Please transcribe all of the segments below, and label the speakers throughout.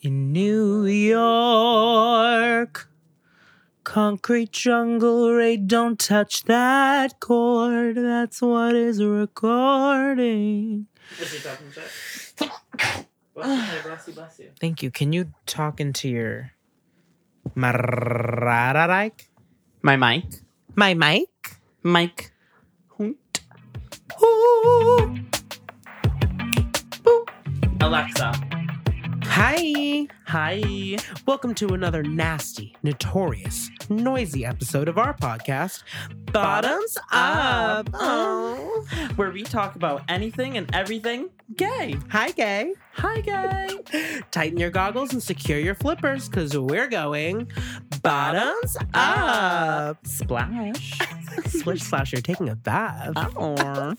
Speaker 1: In New York, concrete jungle ray, don't touch that chord. That's what is recording.
Speaker 2: Is he talking shit? Bless you, bless you, bless you.
Speaker 1: Thank you. Can you talk into your mic?
Speaker 2: My mic.
Speaker 1: My mic?
Speaker 2: Mike.
Speaker 1: Ooh. Ooh.
Speaker 2: Alexa.
Speaker 1: Hi.
Speaker 2: Hi.
Speaker 1: Welcome to another nasty, notorious, noisy episode of our podcast, Bottoms Up.
Speaker 2: Up. Where we talk about anything and everything gay.
Speaker 1: Hi, gay.
Speaker 2: Hi, gay.
Speaker 1: Tighten your goggles and secure your flippers because we're going bottoms up.
Speaker 2: Splash.
Speaker 1: Splish Splash, you're taking a bath.
Speaker 2: Oh.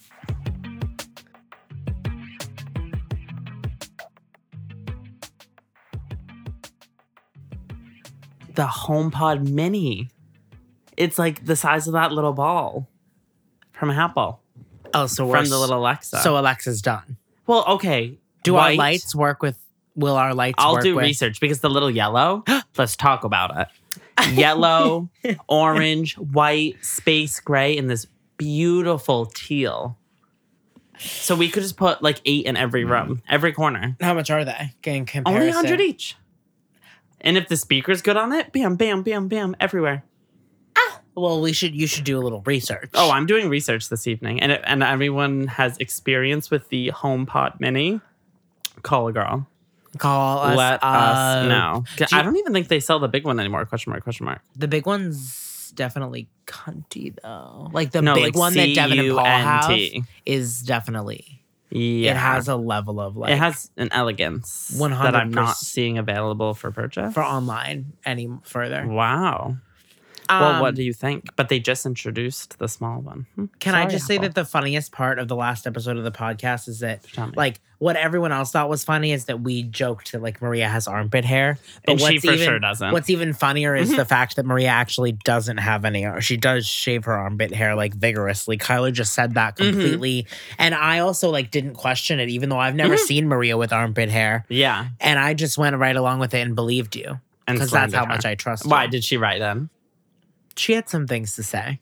Speaker 2: The HomePod Mini. It's like the size of that little ball from Apple,
Speaker 1: Oh, so
Speaker 2: from the little Alexa.
Speaker 1: So Alexa's done.
Speaker 2: well, okay.
Speaker 1: Do our
Speaker 2: white.
Speaker 1: lights work with? Will our lights?
Speaker 2: I'll
Speaker 1: work
Speaker 2: do
Speaker 1: with-
Speaker 2: research because the little yellow, let's talk about it. Yellow, orange, white, space gray, and this beautiful teal. So we could just put like eight in every room, every corner.
Speaker 1: How much are they? Getting comparison.
Speaker 2: Only 100 each. And if the speaker's good on it, bam, bam, bam, bam, everywhere.
Speaker 1: Well, we should. You should do a little research.
Speaker 2: Oh, I'm doing research this evening, and it, and everyone has experience with the HomePod Mini. Call a girl.
Speaker 1: call us.
Speaker 2: Let
Speaker 1: up.
Speaker 2: us know.
Speaker 1: Do you-
Speaker 2: I don't even think they sell the big one anymore. Question mark? Question mark?
Speaker 1: The big one's definitely cunty though. Like the
Speaker 2: No,
Speaker 1: big
Speaker 2: like
Speaker 1: one that Devin and Paul have
Speaker 2: C-U-N-T.
Speaker 1: is definitely.
Speaker 2: Yeah,
Speaker 1: It has a level of like
Speaker 2: it has an elegance
Speaker 1: 100%
Speaker 2: that I'm not seeing available for purchase.
Speaker 1: for online any further.
Speaker 2: wow. well, what do you think? But they just introduced the small one. Hmm.
Speaker 1: Um, Can I
Speaker 2: Sorry,
Speaker 1: just say
Speaker 2: Apple.
Speaker 1: that the funniest part of the last episode of the podcast is that,
Speaker 2: Tell me.
Speaker 1: like, what everyone else thought was funny is that we joked that like Maria has armpit hair, but
Speaker 2: And she
Speaker 1: what's
Speaker 2: for
Speaker 1: even,
Speaker 2: sure doesn't.
Speaker 1: What's even funnier is
Speaker 2: Mm-hmm.
Speaker 1: the fact that Maria actually doesn't have any. ar- She does shave her armpit hair like vigorously. Kyler just said that
Speaker 2: Mm-hmm.
Speaker 1: completely, and I also like didn't question it, even though I've
Speaker 2: Mm-hmm.
Speaker 1: never seen Maria with armpit hair,
Speaker 2: Yeah,
Speaker 1: and I just went right along with it and believed you
Speaker 2: and
Speaker 1: because that's
Speaker 2: slandered
Speaker 1: how
Speaker 2: her.
Speaker 1: much I trust.
Speaker 2: Why
Speaker 1: you.
Speaker 2: did she write them?
Speaker 1: she had some things to say?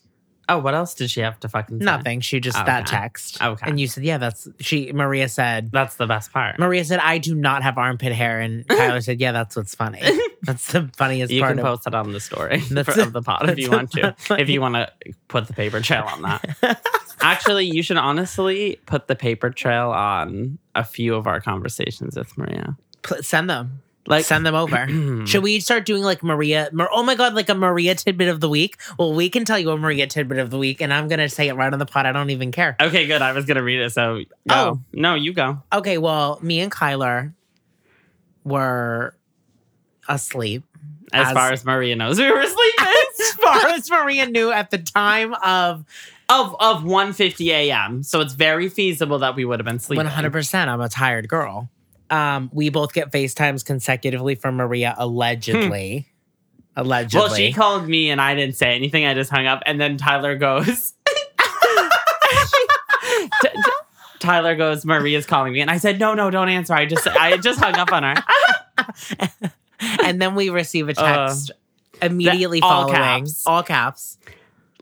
Speaker 2: Oh, what else did she have to fucking say?
Speaker 1: Nothing. She just that
Speaker 2: Okay.
Speaker 1: text.
Speaker 2: Okay.
Speaker 1: And you said, yeah, that's she. Maria said.
Speaker 2: That's the best part.
Speaker 1: Maria said, I do not have armpit hair, and Tyler said, yeah, that's what's funny. That's the funniest
Speaker 2: You
Speaker 1: part.
Speaker 2: can
Speaker 1: of-
Speaker 2: post it on the story
Speaker 1: That's
Speaker 2: for- of the pod if
Speaker 1: that's
Speaker 2: you want to.
Speaker 1: funny.
Speaker 2: If you want to put the paper trail on that. Actually, you should honestly put the paper trail on a few of our conversations with Maria.
Speaker 1: Pl- send them.
Speaker 2: Like
Speaker 1: send them
Speaker 2: Hmm.
Speaker 1: over.
Speaker 2: Mm-hmm.
Speaker 1: Should we start doing like Maria? Mar- oh my god, like a Maria tidbit of the week. Well, we can tell you a Maria tidbit of the week, and I'm gonna say it right on the pod. I don't even care.
Speaker 2: Okay, good. I was gonna read it, so go.
Speaker 1: Oh.
Speaker 2: No, you go.
Speaker 1: Okay, well, me and Kyler were asleep.
Speaker 2: As,
Speaker 1: As-
Speaker 2: far as Maria knows, we were sleeping
Speaker 1: As far as Maria knew at the time of
Speaker 2: of of one fifty a.m. So it's very feasible that we would have been sleeping.
Speaker 1: One hundred percent. I'm a tired girl. Um, we both get FaceTimes consecutively from Maria, allegedly. Allegedly.
Speaker 2: Hmm. Well, she called me and I didn't say anything. I just hung up, and then Tyler goes. T- t- Tyler goes. Maria's calling me, and I said, "No, no, don't answer." I just I had just hung up on her.
Speaker 1: and then we receive a text immediately
Speaker 2: Uh, all
Speaker 1: following.
Speaker 2: caps.
Speaker 1: All caps.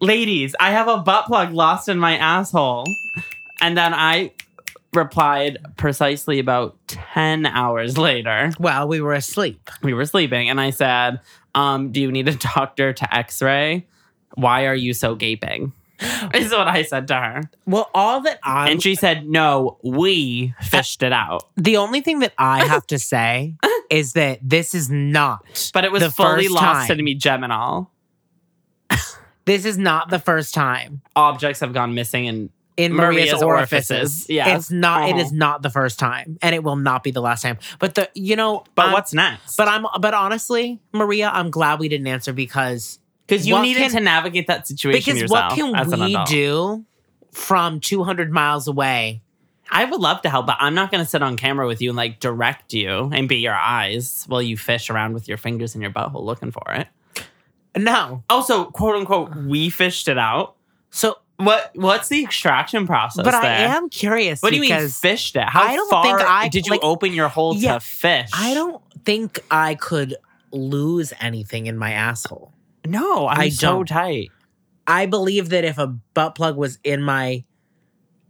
Speaker 2: Ladies, I have a butt plug lost in my asshole, and then I replied precisely about ten hours later.
Speaker 1: Well, we were asleep.
Speaker 2: we were sleeping and i said um, do you need a doctor to x-ray why are you so gaping is what i said to her
Speaker 1: Well, all that I
Speaker 2: and she said no we fished it out
Speaker 1: the only thing that I have to say is that this is not
Speaker 2: but it was
Speaker 1: The
Speaker 2: fully
Speaker 1: first
Speaker 2: lost
Speaker 1: time.
Speaker 2: in me geminal
Speaker 1: this is not the first time
Speaker 2: objects have gone missing and
Speaker 1: in Maria's,
Speaker 2: Maria's
Speaker 1: orifices.
Speaker 2: orifices. Yes.
Speaker 1: It's not it
Speaker 2: Uh-huh.
Speaker 1: is not the first time and it will not be the last time. But the you know
Speaker 2: but
Speaker 1: I'm-
Speaker 2: what's next
Speaker 1: Um, But I'm but honestly, Maria, I'm glad we didn't answer because
Speaker 2: because you
Speaker 1: what
Speaker 2: needed
Speaker 1: can-
Speaker 2: to navigate that situation
Speaker 1: because
Speaker 2: yourself
Speaker 1: what
Speaker 2: as
Speaker 1: can
Speaker 2: an
Speaker 1: we
Speaker 2: adult.
Speaker 1: do from 200 miles away?
Speaker 2: i would love to help but i'm not going to sit on camera with you and like direct you and be your eyes while you fish around with your fingers in your butthole looking for it
Speaker 1: No.
Speaker 2: also quote unquote we fished it out
Speaker 1: So
Speaker 2: What what's the extraction process?
Speaker 1: but I
Speaker 2: there?
Speaker 1: am curious
Speaker 2: What do you mean
Speaker 1: because
Speaker 2: fished it? How
Speaker 1: I don't
Speaker 2: far
Speaker 1: think I-
Speaker 2: did you
Speaker 1: like-
Speaker 2: open your hole
Speaker 1: Yeah,
Speaker 2: to fish?
Speaker 1: I don't think I could lose anything in my asshole.
Speaker 2: No, I'm
Speaker 1: I
Speaker 2: so
Speaker 1: don't.
Speaker 2: tight.
Speaker 1: I believe that if a butt plug was in my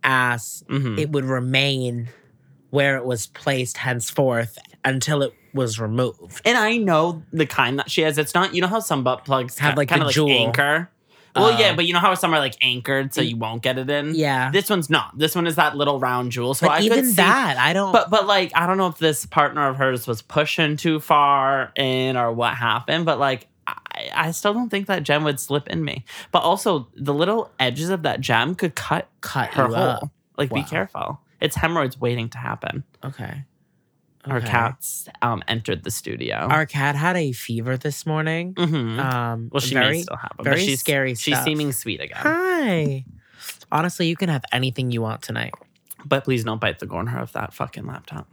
Speaker 1: ass,
Speaker 2: Mhm.
Speaker 1: it would remain where it was placed henceforth until it was removed.
Speaker 2: and I know the kind that she has. It's not you know how some butt plugs
Speaker 1: Have, like,
Speaker 2: kind
Speaker 1: the
Speaker 2: of like
Speaker 1: jewel.
Speaker 2: anchor. Well,
Speaker 1: Uh,
Speaker 2: yeah, but you know how some are like anchored, so
Speaker 1: y-
Speaker 2: you won't get it in.
Speaker 1: Yeah.
Speaker 2: Hmm. this one's not. This one is that little round jewel. So
Speaker 1: But
Speaker 2: I
Speaker 1: even
Speaker 2: could see,
Speaker 1: that, I don't.
Speaker 2: But but like I don't know if this partner of hers was pushing too far in or what happened, but like I, I still don't think that gem would slip in me. But also the little edges of that gem could cut
Speaker 1: Cut
Speaker 2: her
Speaker 1: you
Speaker 2: hole.
Speaker 1: up.
Speaker 2: Like be
Speaker 1: Wow.
Speaker 2: careful. It's hemorrhoids waiting to happen.
Speaker 1: okay.
Speaker 2: Our
Speaker 1: Okay.
Speaker 2: cats um entered the studio.
Speaker 1: Our cat had a fever this morning.
Speaker 2: Mhm.
Speaker 1: Um,
Speaker 2: Well, she
Speaker 1: very
Speaker 2: may still have them.
Speaker 1: very
Speaker 2: but she's
Speaker 1: scary
Speaker 2: She's
Speaker 1: stuff.
Speaker 2: seeming sweet again,
Speaker 1: Hi. Honestly, you can have anything you want tonight.
Speaker 2: but please don't bite the corner of that fucking laptop.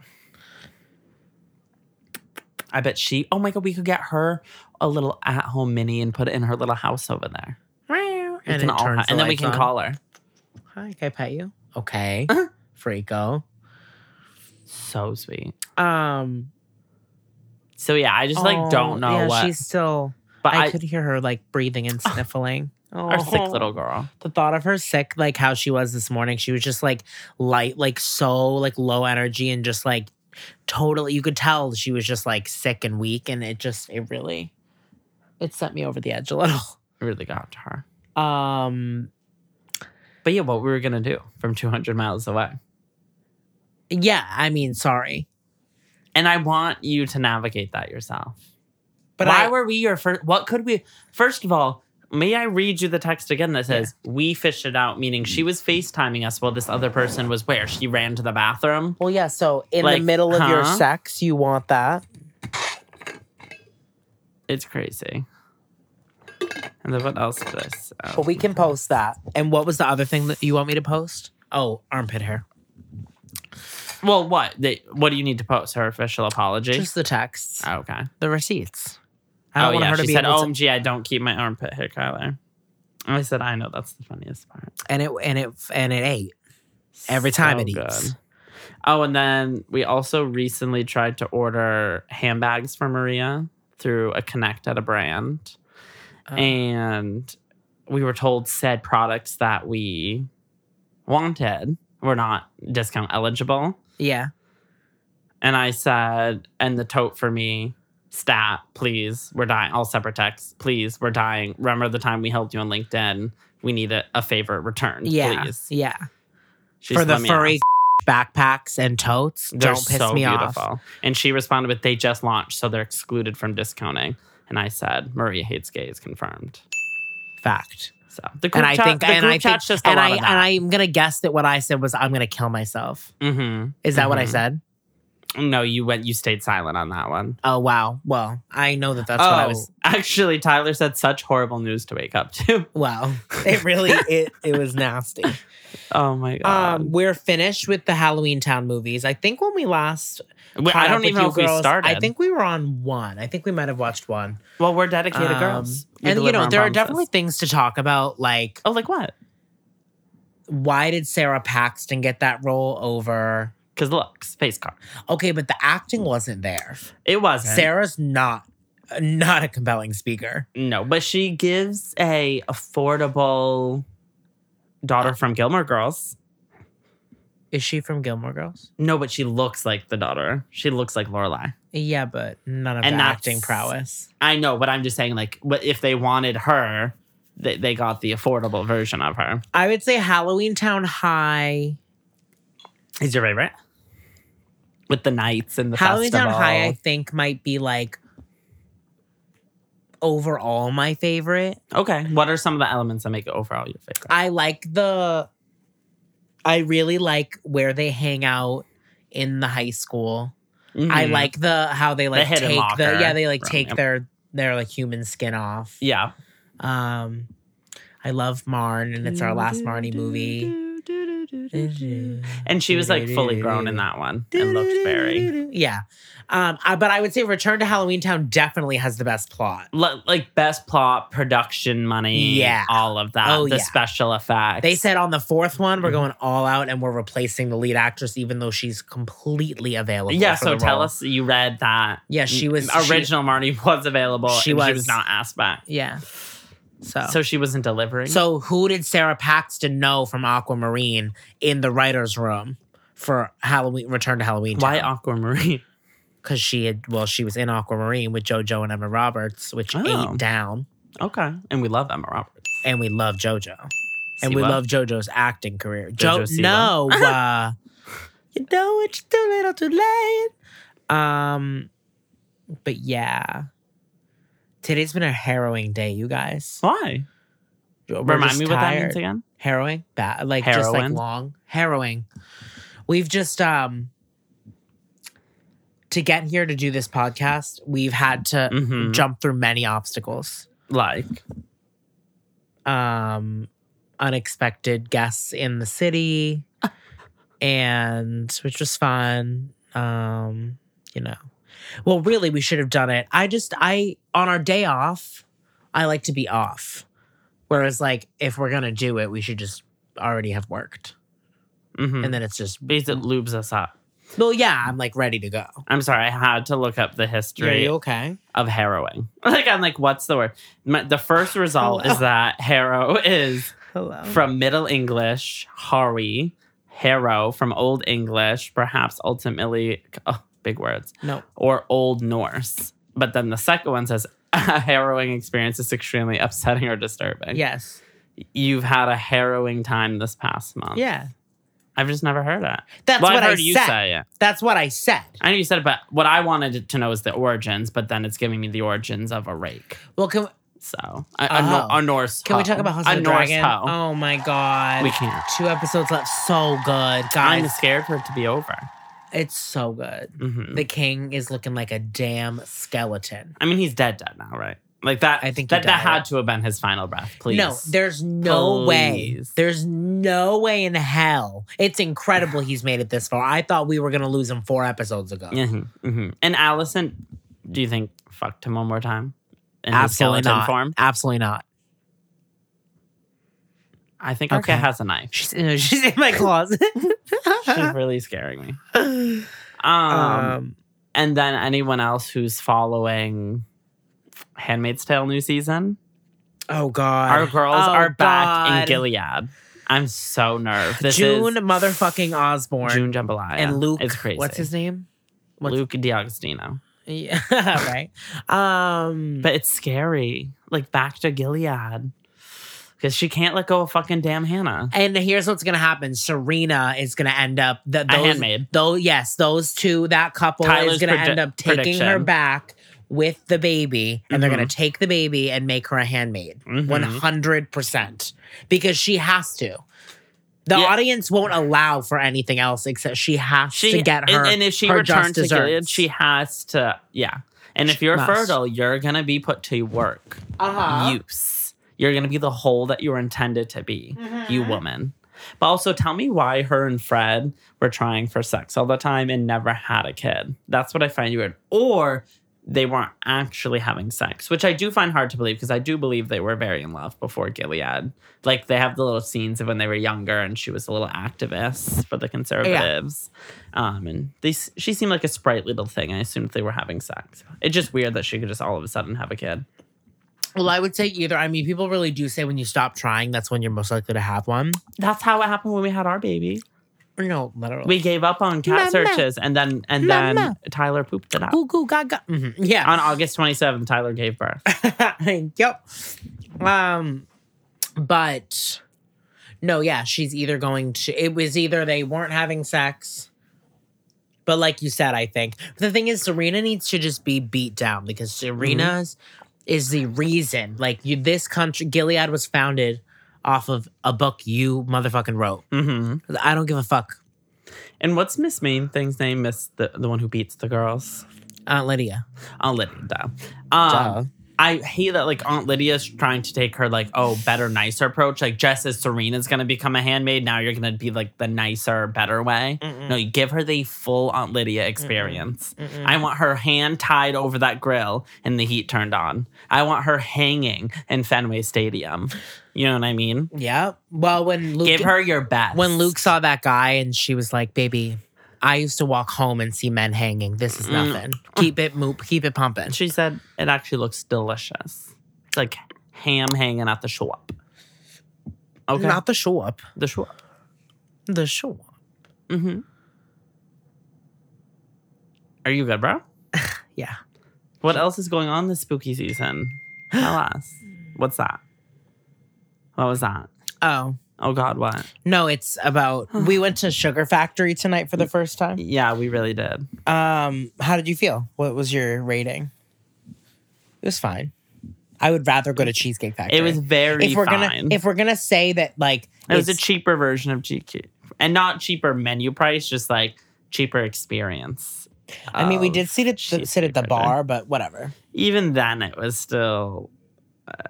Speaker 2: I bet she. Oh my god, we could get her a little at-home mini and put it in her little house over there.
Speaker 1: And,
Speaker 2: We can
Speaker 1: it
Speaker 2: all
Speaker 1: turns
Speaker 2: ha-
Speaker 1: the
Speaker 2: and then we
Speaker 1: lights
Speaker 2: can
Speaker 1: on.
Speaker 2: call her.
Speaker 1: Hi, can I pet you? Okay.
Speaker 2: Uh-huh.
Speaker 1: Freako.
Speaker 2: So sweet.
Speaker 1: Um,
Speaker 2: So yeah, I just like
Speaker 1: oh,
Speaker 2: don't know
Speaker 1: yeah,
Speaker 2: what.
Speaker 1: She's still.
Speaker 2: but
Speaker 1: I,
Speaker 2: I,
Speaker 1: could hear her like breathing and sniffling.
Speaker 2: our sick
Speaker 1: Oh.
Speaker 2: little girl.
Speaker 1: The thought of her sick, like how she was this morning, she was just like light, like so like low energy and just like totally. You could tell she was just like sick and weak, and it just it really it sent me over the edge a little.
Speaker 2: I really got to her.
Speaker 1: Um,
Speaker 2: But yeah, what we were gonna do from 200 miles away.
Speaker 1: yeah, I mean, sorry,
Speaker 2: And I want you to navigate that yourself.
Speaker 1: but
Speaker 2: why
Speaker 1: I
Speaker 2: were we your first? What could we? First of all, may I read you the text again that says we fished it out, meaning she was FaceTiming us while this other person was where she ran to the bathroom.
Speaker 1: well, yeah. So in
Speaker 2: Like,
Speaker 1: the middle of your
Speaker 2: huh?
Speaker 1: sex, you want that?
Speaker 2: It's crazy. And then what else did I? s- oh.
Speaker 1: But we can post that. And what was the other thing that you want me to post? Oh, armpit hair.
Speaker 2: Well, what? They, what do you need to post? Her official apology.
Speaker 1: Just the texts,
Speaker 2: Oh, okay.
Speaker 1: the receipts. I
Speaker 2: Oh
Speaker 1: don't want
Speaker 2: yeah,
Speaker 1: her to
Speaker 2: she
Speaker 1: be
Speaker 2: said,
Speaker 1: able to-
Speaker 2: "OMG, I don't keep my armpit hair, Kyler." And I said, "I know that's the funniest part."
Speaker 1: and it and it and it ate. Every time it eats.
Speaker 2: Oh, and then we also recently tried to order handbags for Maria through a connect at a brand.
Speaker 1: Oh.
Speaker 2: And we were told said products that we wanted were not discount eligible.
Speaker 1: Yeah.
Speaker 2: And I said, and the tote for me, stat, please, we're dying. All separate texts, please, we're dying. Remember the time we helped you on LinkedIn? We need a, a favor returned,
Speaker 1: Yeah.
Speaker 2: please.
Speaker 1: Yeah.
Speaker 2: She
Speaker 1: For
Speaker 2: said,
Speaker 1: the
Speaker 2: "Let me
Speaker 1: furry backpacks and totes.
Speaker 2: they're
Speaker 1: don't piss
Speaker 2: so
Speaker 1: me
Speaker 2: beautiful.
Speaker 1: off.
Speaker 2: And she responded with, they just launched, so they're excluded from discounting. And I said, Maria hates gays, confirmed.
Speaker 1: Fact.
Speaker 2: So the group
Speaker 1: And I
Speaker 2: chat,
Speaker 1: think
Speaker 2: the
Speaker 1: and
Speaker 2: group
Speaker 1: I think
Speaker 2: chat's just a
Speaker 1: and
Speaker 2: lot
Speaker 1: I
Speaker 2: of
Speaker 1: and
Speaker 2: that.
Speaker 1: I'm gonna guess that what I said was I'm gonna kill myself. Is that what I
Speaker 2: Mhm.
Speaker 1: said?
Speaker 2: Mhm. No, you went, you stayed silent on that one.
Speaker 1: Oh wow. Well, I know that that's
Speaker 2: oh,
Speaker 1: what I was
Speaker 2: actually, Tyler said such horrible news to wake up to.
Speaker 1: Wow. It really it it was nasty.
Speaker 2: oh my god!
Speaker 1: Um, we're finished with the Halloween Town movies. I think when we last
Speaker 2: We-
Speaker 1: caught
Speaker 2: I
Speaker 1: up
Speaker 2: don't
Speaker 1: with
Speaker 2: even know
Speaker 1: you
Speaker 2: if we
Speaker 1: girls,
Speaker 2: started.
Speaker 1: I think we were on one. I think we might have watched one.
Speaker 2: Well, we're dedicated
Speaker 1: Um,
Speaker 2: girls. We
Speaker 1: and you
Speaker 2: deliver
Speaker 1: know,
Speaker 2: on
Speaker 1: there are
Speaker 2: promises.
Speaker 1: definitely things to talk about, like
Speaker 2: Oh, like what?
Speaker 1: why did Sarah Paxton get that role over?
Speaker 2: Because look, space car.
Speaker 1: Okay, but the acting wasn't there.
Speaker 2: It was
Speaker 1: Sarah's not not a compelling speaker.
Speaker 2: No, but she gives a affordable daughter from Gilmore Girls.
Speaker 1: Is she from Gilmore Girls?
Speaker 2: No, but she looks like the daughter. She looks like Lorelai.
Speaker 1: Yeah, but none of
Speaker 2: And
Speaker 1: the
Speaker 2: that's-
Speaker 1: acting prowess.
Speaker 2: I know, but I'm just saying, like, what if they wanted her, they, they got the affordable version of her.
Speaker 1: I would say Halloween Town High.
Speaker 2: Is your favorite? With the knights and the
Speaker 1: Halloween
Speaker 2: festival.
Speaker 1: Town High, I think, might be like overall my favorite.
Speaker 2: Okay. What are some of the elements that make it overall your favorite?
Speaker 1: I like the. I really like where they hang out in the high school. I
Speaker 2: Mhm.
Speaker 1: like the how they like
Speaker 2: hidden
Speaker 1: take
Speaker 2: locker
Speaker 1: the yeah they like
Speaker 2: room,
Speaker 1: take
Speaker 2: yep.
Speaker 1: their their like human skin off.
Speaker 2: Yeah.
Speaker 1: Um, I love Marn and it's our last Marnie movie.
Speaker 2: And she was like fully grown in that one and looked very
Speaker 1: Yeah. Um, I, but I would say Return to Halloween Town definitely has the best plot.
Speaker 2: L- like best plot, production money,
Speaker 1: Yeah.
Speaker 2: all of that,
Speaker 1: Oh,
Speaker 2: the
Speaker 1: yeah.
Speaker 2: special effects.
Speaker 1: They said on the fourth one,
Speaker 2: Mm-hmm.
Speaker 1: we're going all out and we're replacing the lead actress, even though she's completely available.
Speaker 2: yeah.
Speaker 1: for
Speaker 2: So
Speaker 1: the
Speaker 2: tell
Speaker 1: role.
Speaker 2: us, you read that? Mm,
Speaker 1: Yeah, she was
Speaker 2: original. Marty was available.
Speaker 1: She
Speaker 2: and she
Speaker 1: was.
Speaker 2: was not asked back,
Speaker 1: She, yeah. So.
Speaker 2: so she wasn't delivering.
Speaker 1: So who did Sarah Paxton know from Aquamarine in the writers' room for Halloween Return to Halloween?
Speaker 2: why Aquamarine?
Speaker 1: Because she had well, she was in Aquamarine with JoJo and Emma Roberts, which
Speaker 2: Oh.
Speaker 1: ate down,
Speaker 2: Okay, and we love Emma Roberts.
Speaker 1: and we love JoJo, and we
Speaker 2: Siwa.
Speaker 1: love JoJo's acting career. Jo-
Speaker 2: JoJo Siwa.
Speaker 1: no, uh, you know what you do, little too late. Um, but yeah. Today's been a harrowing day, you guys.
Speaker 2: Why?
Speaker 1: We're
Speaker 2: Remind
Speaker 1: just
Speaker 2: me what that
Speaker 1: tired.
Speaker 2: means again.
Speaker 1: harrowing bad like just like
Speaker 2: Harrowing.
Speaker 1: long harrowing we've just um to get here to do this podcast we've had to
Speaker 2: Mhm.
Speaker 1: jump through many obstacles
Speaker 2: Like mm-hmm.
Speaker 1: um unexpected guests in the city and which was fun um you know well really we should have done it i just i on our day off i like to be off whereas like if we're gonna do it we should just already have worked
Speaker 2: mhm.
Speaker 1: and then it's just
Speaker 2: because it lubes us up.
Speaker 1: well yeah i'm like ready to go
Speaker 2: I'm sorry, I had to look up the
Speaker 1: are
Speaker 2: history
Speaker 1: you okay
Speaker 2: of harrowing. Like I'm like, what's the word? My, the first result
Speaker 1: Hello.
Speaker 2: is that harrow is
Speaker 1: hello
Speaker 2: from Middle English, harry, harrow from Old English, perhaps ultimately oh, big words
Speaker 1: no
Speaker 2: or Old Norse. But then the second one says a harrowing experience is extremely upsetting or disturbing.
Speaker 1: yes
Speaker 2: You've had a harrowing time this past month.
Speaker 1: yeah
Speaker 2: I've just never heard it.
Speaker 1: that's
Speaker 2: well,
Speaker 1: what
Speaker 2: I've
Speaker 1: i
Speaker 2: heard you
Speaker 1: said
Speaker 2: say it.
Speaker 1: that's what i said
Speaker 2: I know you said it, but what I wanted to know is the origins, but then it's giving me the origins of a rake.
Speaker 1: well can
Speaker 2: So, a, a, Nor-
Speaker 1: Oh.
Speaker 2: a Norse.
Speaker 1: Can we
Speaker 2: hoe.
Speaker 1: talk about House
Speaker 2: a
Speaker 1: of the
Speaker 2: Norse
Speaker 1: Dragon?
Speaker 2: hoe.
Speaker 1: Oh my god.
Speaker 2: We can't.
Speaker 1: Two episodes left. So good,
Speaker 2: I'm
Speaker 1: guys.
Speaker 2: scared for it to be over.
Speaker 1: It's so good.
Speaker 2: hmm
Speaker 1: The king is looking like a damn skeleton.
Speaker 2: I mean, he's dead, dead now, right? Like that.
Speaker 1: I think he
Speaker 2: that, that
Speaker 1: died.
Speaker 2: had to have been his final breath. Please.
Speaker 1: No, there's no way.
Speaker 2: Please.
Speaker 1: There's no way in hell. It's incredible he's made it this far. I thought we were gonna lose him four episodes ago.
Speaker 2: hmm hmm And Allison, do you think fucked him one more time in his
Speaker 1: Absolutely
Speaker 2: skeleton
Speaker 1: not.
Speaker 2: form?
Speaker 1: Absolutely not.
Speaker 2: I think
Speaker 1: Okay.
Speaker 2: Arca has a knife.
Speaker 1: She's in, she's in my closet.
Speaker 2: She's really scaring me.
Speaker 1: um,
Speaker 2: um and then anyone else who's following Handmaid's Tale new season.
Speaker 1: oh god.
Speaker 2: Our girls
Speaker 1: Oh,
Speaker 2: are back in
Speaker 1: God.
Speaker 2: Gilead. I'm so nerved. This
Speaker 1: June
Speaker 2: is
Speaker 1: motherfucking Osborne
Speaker 2: June Jambalaya
Speaker 1: and Luke.
Speaker 2: It's crazy.
Speaker 1: What's his name? what's-
Speaker 2: Luke DiAgostino.
Speaker 1: Yeah, right. Um,
Speaker 2: But it's scary. Like back to Gilead. Because she can't let go of fucking damn Hannah.
Speaker 1: and here's what's gonna happen: Serena is gonna end up the
Speaker 2: A
Speaker 1: those,
Speaker 2: handmaid.
Speaker 1: Though yes, those two, that couple is
Speaker 2: Tyler's
Speaker 1: gonna
Speaker 2: predi-
Speaker 1: end up taking her
Speaker 2: prediction.
Speaker 1: back with the baby, and they're
Speaker 2: Mhm.
Speaker 1: gonna take the baby and make her a handmaid,
Speaker 2: Mhm.
Speaker 1: one hundred percent, because she has to. The
Speaker 2: Yeah.
Speaker 1: audience won't allow for anything else except she has
Speaker 2: She
Speaker 1: to get her.
Speaker 2: and, and if she
Speaker 1: her just
Speaker 2: returns to Gilead,
Speaker 1: desserts.
Speaker 2: she has to yeah. And if
Speaker 1: She
Speaker 2: you're
Speaker 1: must.
Speaker 2: fertile, you're gonna be put to work.
Speaker 1: uh-huh.
Speaker 2: use. You're gonna be the whole that you were intended to be, you woman. But also tell me why her and Fred were trying for sex all the time and never had a kid. That's what I find weird. Or they weren't actually having sex, which I do find hard to believe because I do believe they were very in love before Gilead. Like they have the little scenes of when they were younger and she was a little activist for the conservatives. Um, and they, s- she seemed like a sprite little thing. I assumed they were having sex. It's just weird that she could just all of a sudden have a kid.
Speaker 1: Well, I would say either. I mean, people really do say when you stop trying, that's when you're most likely to have one.
Speaker 2: That's how it happened when we had our baby.
Speaker 1: No, literally.
Speaker 2: We gave up on cat
Speaker 1: Mama.
Speaker 2: searches, and then and
Speaker 1: Mama.
Speaker 2: then Tyler pooped it out.
Speaker 1: goo goo gaga. Mhm. Yeah.
Speaker 2: On August twenty seventh, Tyler gave birth.
Speaker 1: yep. Um, but no, yeah, she's either going to. It was either they weren't having sex, but like you said, I think the thing is Serena needs to just be beat down because Serena's is the reason. Like you, this country, Gilead was founded off of a book you motherfucking wrote.
Speaker 2: hmm
Speaker 1: I don't give a fuck,
Speaker 2: And what's Miss Main thing's name? Miss the the one who beats the girls,
Speaker 1: Aunt Lydia.
Speaker 2: Aunt Lydia. Um,
Speaker 1: Duh.
Speaker 2: I hate that like Aunt Lydia's trying to take her like oh better nicer approach. Like just as Serena's gonna become a handmaid, now you're gonna be like the nicer better way.
Speaker 1: Mm-mm.
Speaker 2: No, you give her the full Aunt Lydia experience.
Speaker 1: Mm-mm.
Speaker 2: I want her hand tied over that grill and the heat turned on. I want her hanging in Fenway Stadium. You know what I mean?
Speaker 1: Yeah. Well, when Luke
Speaker 2: give her your best.
Speaker 1: when Luke saw that guy and she was like, "Baby, I used to walk home and see men hanging. This is
Speaker 2: Mm.
Speaker 1: nothing. Keep it mo- keep it pumping."
Speaker 2: she said it actually looks delicious. It's like ham hanging at the shop. Okay,
Speaker 1: Not the show up.
Speaker 2: the shop.
Speaker 1: The show up.
Speaker 2: Mm-hmm. Are you good, bro?
Speaker 1: Yeah.
Speaker 2: What else is going on this spooky season? Tell us. What's that? What was that?
Speaker 1: Oh
Speaker 2: Oh God, what?
Speaker 1: no, it's about. we went to Sugar Factory tonight for the first time.
Speaker 2: Yeah, we really did.
Speaker 1: Um, how did you feel? What was your rating? It was fine. I would rather go to Cheesecake Factory.
Speaker 2: It was very
Speaker 1: if we're
Speaker 2: fine.
Speaker 1: gonna if we're gonna say that like
Speaker 2: it was a
Speaker 1: it's-
Speaker 2: cheaper version of GQ, and not cheaper menu price, just like cheaper experience.
Speaker 1: I mean, we
Speaker 2: of-
Speaker 1: did sit at the, sit at the
Speaker 2: cheesecake, right?
Speaker 1: bar, but whatever.
Speaker 2: Even then, it was still.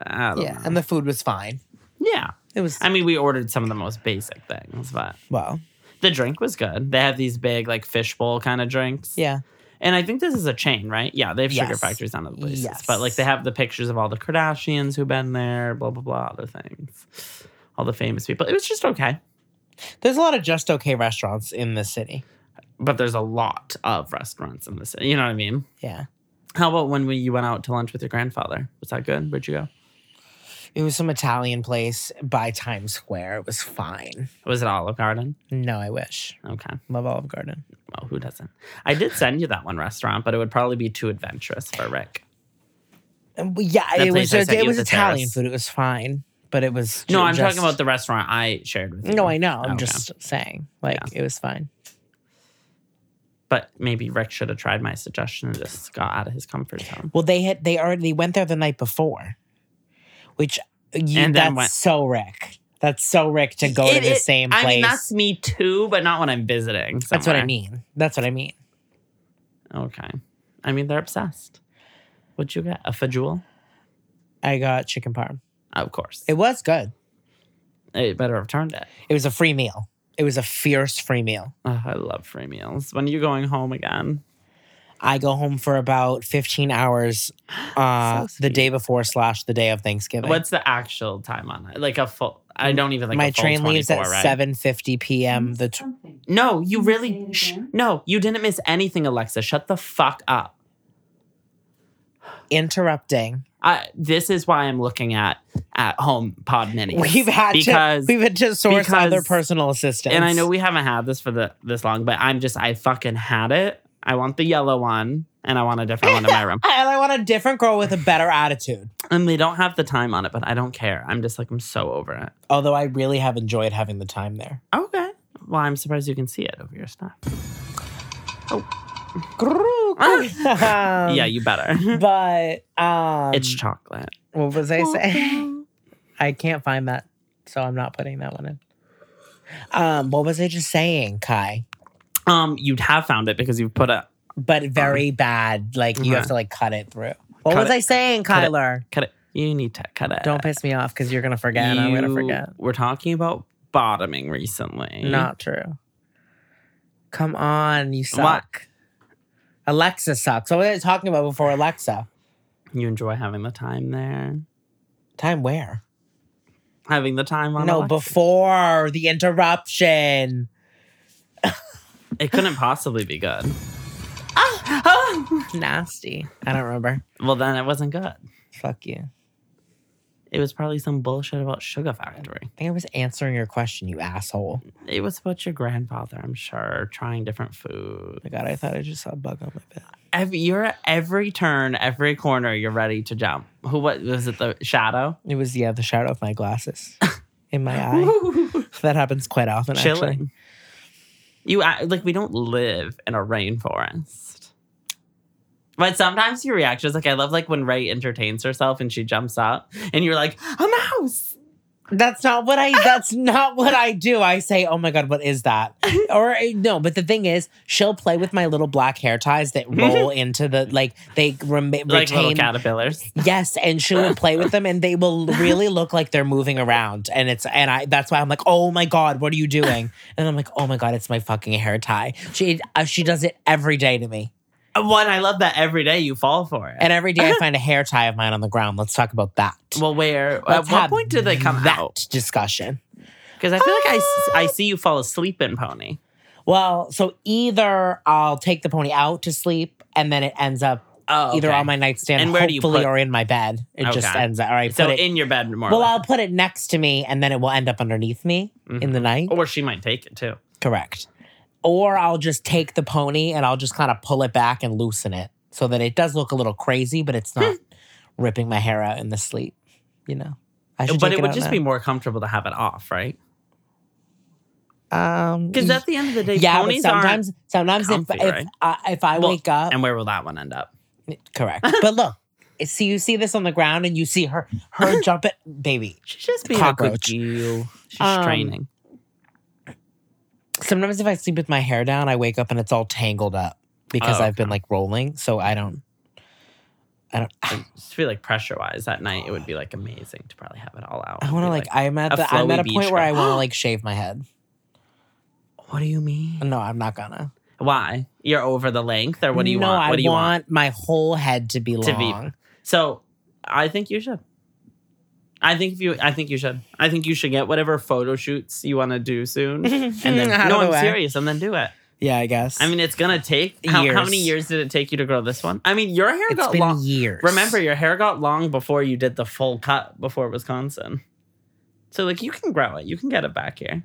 Speaker 2: I don't
Speaker 1: Yeah,
Speaker 2: know.
Speaker 1: and the food was fine.
Speaker 2: yeah.
Speaker 1: It was
Speaker 2: Um. I mean, we ordered some of the most basic things, but
Speaker 1: well,
Speaker 2: the drink was good. They have these big, like, fishbowl kind of drinks.
Speaker 1: yeah.
Speaker 2: And I think this is a chain, right? Yeah, they have sugar
Speaker 1: Yes.
Speaker 2: factories down other places.
Speaker 1: Yes.
Speaker 2: But like they have the pictures of all the Kardashians who've been there, blah, blah, blah, other things. All the famous people. It was just okay.
Speaker 1: There's a lot of just okay restaurants in the city.
Speaker 2: But there's a lot of restaurants in the city. You know what I mean?
Speaker 1: Yeah.
Speaker 2: How about when we, you went out to lunch with your grandfather? Was that good? Where'd you go?
Speaker 1: It was some Italian place by Times Square. It was fine.
Speaker 2: Was it Olive Garden?
Speaker 1: No, I wish.
Speaker 2: Okay.
Speaker 1: Love Olive Garden.
Speaker 2: Well, who doesn't? I did send you that one restaurant, but it would probably be too adventurous for Rick.
Speaker 1: And we- Um, yeah,
Speaker 2: That
Speaker 1: it
Speaker 2: place
Speaker 1: was
Speaker 2: I
Speaker 1: just,
Speaker 2: sent
Speaker 1: it
Speaker 2: you
Speaker 1: was
Speaker 2: at the
Speaker 1: Italian
Speaker 2: terrace.
Speaker 1: food. It was fine, but it was
Speaker 2: No,
Speaker 1: ju-
Speaker 2: I'm
Speaker 1: just-
Speaker 2: talking about the restaurant I shared with you.
Speaker 1: No, I know. I'm
Speaker 2: Okay.
Speaker 1: just saying. Like it was fine.
Speaker 2: But maybe Rick should have tried my suggestion and just got out of his comfort zone.
Speaker 1: Well, they had they already went there the night before, which uh, you,
Speaker 2: And then
Speaker 1: that's
Speaker 2: went-
Speaker 1: so Rick. That's so Rick to go to
Speaker 2: It-
Speaker 1: the
Speaker 2: it-
Speaker 1: same
Speaker 2: I
Speaker 1: place.
Speaker 2: mean, that's
Speaker 1: that's,
Speaker 2: me too, but not when I'm visiting.
Speaker 1: what I
Speaker 2: somewhere.
Speaker 1: mean. That's what I mean.
Speaker 2: Okay. I mean, they're obsessed. What'd you get? A fajoule?
Speaker 1: I got chicken parm.
Speaker 2: Of course.
Speaker 1: It was good.
Speaker 2: It better have turned it.
Speaker 1: It was a free meal. It was a fierce free meal.
Speaker 2: Oh, I love free meals. When are you going home again?
Speaker 1: I go home for about 15 hours uh,
Speaker 2: So
Speaker 1: the day before slash the day of Thanksgiving.
Speaker 2: What's the actual time on it? Like a full. I don't even like
Speaker 1: Mm, My
Speaker 2: a full
Speaker 1: train leaves at
Speaker 2: 24, right?
Speaker 1: 7.50 p.m. The tw-
Speaker 3: Something.
Speaker 2: No, you
Speaker 3: Can you
Speaker 2: really.
Speaker 3: say it
Speaker 2: Shh,
Speaker 3: again?
Speaker 2: no, you didn't miss anything, Alexa. Shut the fuck up.
Speaker 1: interrupting.
Speaker 2: I, this is why I'm looking at at home pod minis.
Speaker 1: We've had
Speaker 2: because,
Speaker 1: to we've had to source
Speaker 2: because-
Speaker 1: other personal assistants.
Speaker 2: and I know we haven't had this for the this long, but I'm just I fucking had it. I want the yellow one, and I want a different one in my room.
Speaker 1: and I want a different girl with a better attitude.
Speaker 2: And they don't have the time on it, but I don't care. I'm just like I'm so over it.
Speaker 1: Although I really have enjoyed having the time there.
Speaker 2: Okay. Well, I'm surprised you can see it over your stuff. yeah,
Speaker 1: yeah.
Speaker 2: you better.
Speaker 1: But um,
Speaker 2: it's chocolate.
Speaker 1: what was I saying? I can't find that, so I'm not putting that one in. Um, what was I just saying, Kai?
Speaker 2: Um, you'd have found it because you've put it
Speaker 1: But very bad. Like you have
Speaker 2: Okay.
Speaker 1: to like cut it through. What
Speaker 2: Um, Cut
Speaker 1: was
Speaker 2: it.
Speaker 1: I saying,
Speaker 2: Cut it.
Speaker 1: Kyler?
Speaker 2: cut it. You need to cut it.
Speaker 1: Don't piss me off because you're gonna forget. and I'm gonna
Speaker 2: You
Speaker 1: forget.
Speaker 2: We're talking about bottoming recently.
Speaker 1: Not true. Come on, you suck.
Speaker 2: What?
Speaker 1: Alexa sucks. What were they talking about before Alexa?
Speaker 2: You enjoy having the time there.
Speaker 1: Time where?
Speaker 2: Having the time on
Speaker 1: no,
Speaker 2: Alexa.
Speaker 1: before the interruption.
Speaker 2: it couldn't possibly be good.
Speaker 1: Nasty. I don't remember.
Speaker 2: Well, then it wasn't good.
Speaker 1: Fuck you.
Speaker 2: It was probably some bullshit about Sugar Factory.
Speaker 1: I think I was answering your question, you asshole.
Speaker 2: It was about your grandfather, I'm sure, trying different food.
Speaker 1: my god, I thought I just saw a bug on my bed.
Speaker 2: Every, you're at every turn, every corner, you're ready to jump. Who what was it? The shadow.
Speaker 1: It was yeah, the shadow of my glasses in my eye. that happens quite often. Actually.
Speaker 2: Chilling. You act- like we don't live in a rainforest. But sometimes your reactions, like I love, like when Ray entertains herself and she jumps up, and you're like, a mouse.
Speaker 1: That's not what I. That's not what I do. I say, "Oh my god, what is that?" Or eh, no, but the thing is, she'll play with my little black hair ties that roll into the like they rem-
Speaker 2: like little
Speaker 1: retain.
Speaker 2: caterpillars.
Speaker 1: Yes, and she will play with them, and they will really look like they're moving around. And it's and I. That's why I'm like, "Oh my god, what are you doing?" And I'm like, "Oh my god, it's my fucking hair tie." She uh, she does it every day to me,
Speaker 2: One, I love that every day you fall for it.
Speaker 1: and every day I find a hair tie of mine on the ground. Let's talk about that.
Speaker 2: Uh-huh. well, where
Speaker 1: Let's
Speaker 2: at what
Speaker 1: have
Speaker 2: point do they come
Speaker 1: that Uh,
Speaker 2: out?
Speaker 1: discussion?
Speaker 2: Because I feel like I, s- I see you fall asleep in Pony.
Speaker 1: Well, so either I'll take the pony out to sleep and then it ends up
Speaker 2: Oh,
Speaker 1: either
Speaker 2: okay.
Speaker 1: on my nightstand,
Speaker 2: And where do
Speaker 1: hopefully,
Speaker 2: you put-
Speaker 1: or in my bed. It just
Speaker 2: Okay.
Speaker 1: ends up. All right,
Speaker 2: so
Speaker 1: put it.
Speaker 2: in your bed more.
Speaker 1: Well,
Speaker 2: like-
Speaker 1: I'll put it next to me and then it will end up underneath me in the night.
Speaker 2: or she might take it too.
Speaker 1: Correct. Or I'll just take the pony and I'll just kind of pull it back and loosen it so that it does look a little crazy, but it's not ripping my hair out in the sleep, you know? I should
Speaker 2: Hmm. But
Speaker 1: take
Speaker 2: it would
Speaker 1: out
Speaker 2: just
Speaker 1: now.
Speaker 2: be more comfortable to have it off, right?
Speaker 1: um
Speaker 2: Because at the end of the day,
Speaker 1: yeah, but
Speaker 2: ponies aren't-
Speaker 1: sometimes sometimes
Speaker 2: comfy,
Speaker 1: if if,
Speaker 2: right?
Speaker 1: I if I
Speaker 2: Well,
Speaker 1: wake up
Speaker 2: And where will that one end up?
Speaker 1: Correct. but look, see, you see this on the ground, and you see her, her jump it, baby.
Speaker 2: She's just being a
Speaker 1: Cockroach.
Speaker 2: good girl. She's
Speaker 1: Um,
Speaker 2: training.
Speaker 1: Sometimes if I sleep with my hair down, I wake up and it's all tangled up because
Speaker 2: Oh,
Speaker 1: I've been like rolling. So I don't, I don't.
Speaker 2: I just feel like pressure wise that night, it would be like amazing to probably have it all out.
Speaker 1: I
Speaker 2: and
Speaker 1: want to
Speaker 2: be
Speaker 1: like. I'm at
Speaker 2: a
Speaker 1: the. I'm at a
Speaker 2: flowy
Speaker 1: point
Speaker 2: beach
Speaker 1: where I
Speaker 2: girl.
Speaker 1: want to like shave my head.
Speaker 2: what do you mean?
Speaker 1: No, I'm not gonna.
Speaker 2: Why? You're over the length, or what do you
Speaker 1: no,
Speaker 2: want? What
Speaker 1: I
Speaker 2: do you want?
Speaker 1: want my whole head to be long.
Speaker 2: To be- So I think you should. I think if you, I think you should. I think you should get whatever photo shoots you want to do soon, and then
Speaker 1: Out of
Speaker 2: no,
Speaker 1: the
Speaker 2: I'm
Speaker 1: way.
Speaker 2: serious, and then do it.
Speaker 1: yeah, I guess.
Speaker 2: I mean, it's gonna take how, how
Speaker 1: Years.
Speaker 2: many years did it take you to grow this one? I mean, your hair
Speaker 1: it's
Speaker 2: got
Speaker 1: been
Speaker 2: long.
Speaker 1: years.
Speaker 2: Remember, your hair got long before you did the full cut before Wisconsin. So like, you can grow it. You can get it back here.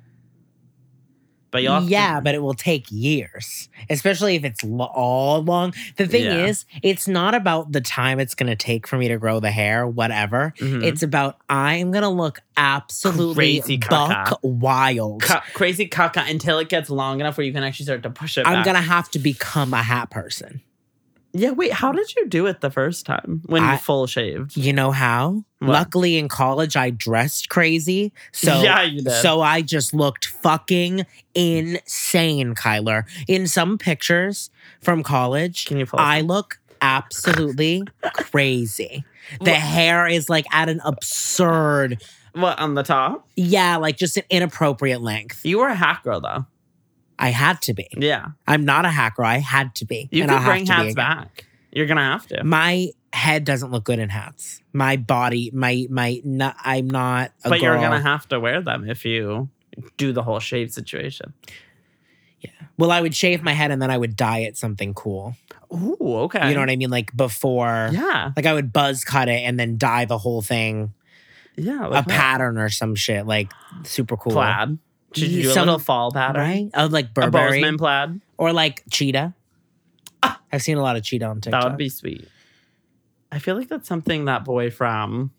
Speaker 2: But you'll have to-
Speaker 1: yeah, but it will take years, especially if it's lo- all long. The thing
Speaker 2: Yeah.
Speaker 1: is, it's not about the time it's going to take for me to grow the hair, whatever.
Speaker 2: Mhm.
Speaker 1: It's about I'm going to look absolutely
Speaker 2: Crazy caca.
Speaker 1: buck wild.
Speaker 2: Ca- crazy caca until it gets long enough where you can actually start to push it.
Speaker 1: I'm
Speaker 2: back.
Speaker 1: going to have to become a hat person.
Speaker 2: Yeah, wait. How did you do it the first time when
Speaker 1: I-
Speaker 2: you full shaved?
Speaker 1: You know how?
Speaker 2: What?
Speaker 1: Luckily in college I dressed crazy. So
Speaker 2: yeah, you did.
Speaker 1: So I just looked fucking insane, Kyler. In some pictures from college,
Speaker 2: Can you pull
Speaker 1: I look absolutely crazy. The
Speaker 2: Well-
Speaker 1: hair is like at an absurd,
Speaker 2: what on the top?
Speaker 1: yeah, like just an inappropriate length.
Speaker 2: You were a hat girl though.
Speaker 1: I had to be.
Speaker 2: Yeah,
Speaker 1: I'm not a hacker. I had to be.
Speaker 2: you
Speaker 1: and I'll
Speaker 2: could
Speaker 1: have
Speaker 2: bring
Speaker 1: to be
Speaker 2: hats
Speaker 1: again.
Speaker 2: back. You're gonna have to.
Speaker 1: My head doesn't look good in hats. My body, my my, no, I'm not a
Speaker 2: but you're
Speaker 1: girl.
Speaker 2: gonna have to wear them if you do the whole shave situation.
Speaker 1: well, I would shave my head and then I would dye it something cool.
Speaker 2: Ooh, okay.
Speaker 1: You know what I mean? Like before.
Speaker 2: Yeah,
Speaker 1: Like I would buzz cut it and then dye the whole thing
Speaker 2: yeah.
Speaker 1: a
Speaker 2: like that.
Speaker 1: pattern or some shit like super cool.
Speaker 2: plaid. Should you
Speaker 1: Yeah,
Speaker 2: do a
Speaker 1: some-
Speaker 2: little fall pattern?
Speaker 1: right? Of like
Speaker 2: A
Speaker 1: Burberry
Speaker 2: Bozeman plaid.
Speaker 1: or like cheetah. I've seen a lot of cheetah on TikTok.
Speaker 2: That would be sweet. I feel like that's something that boy from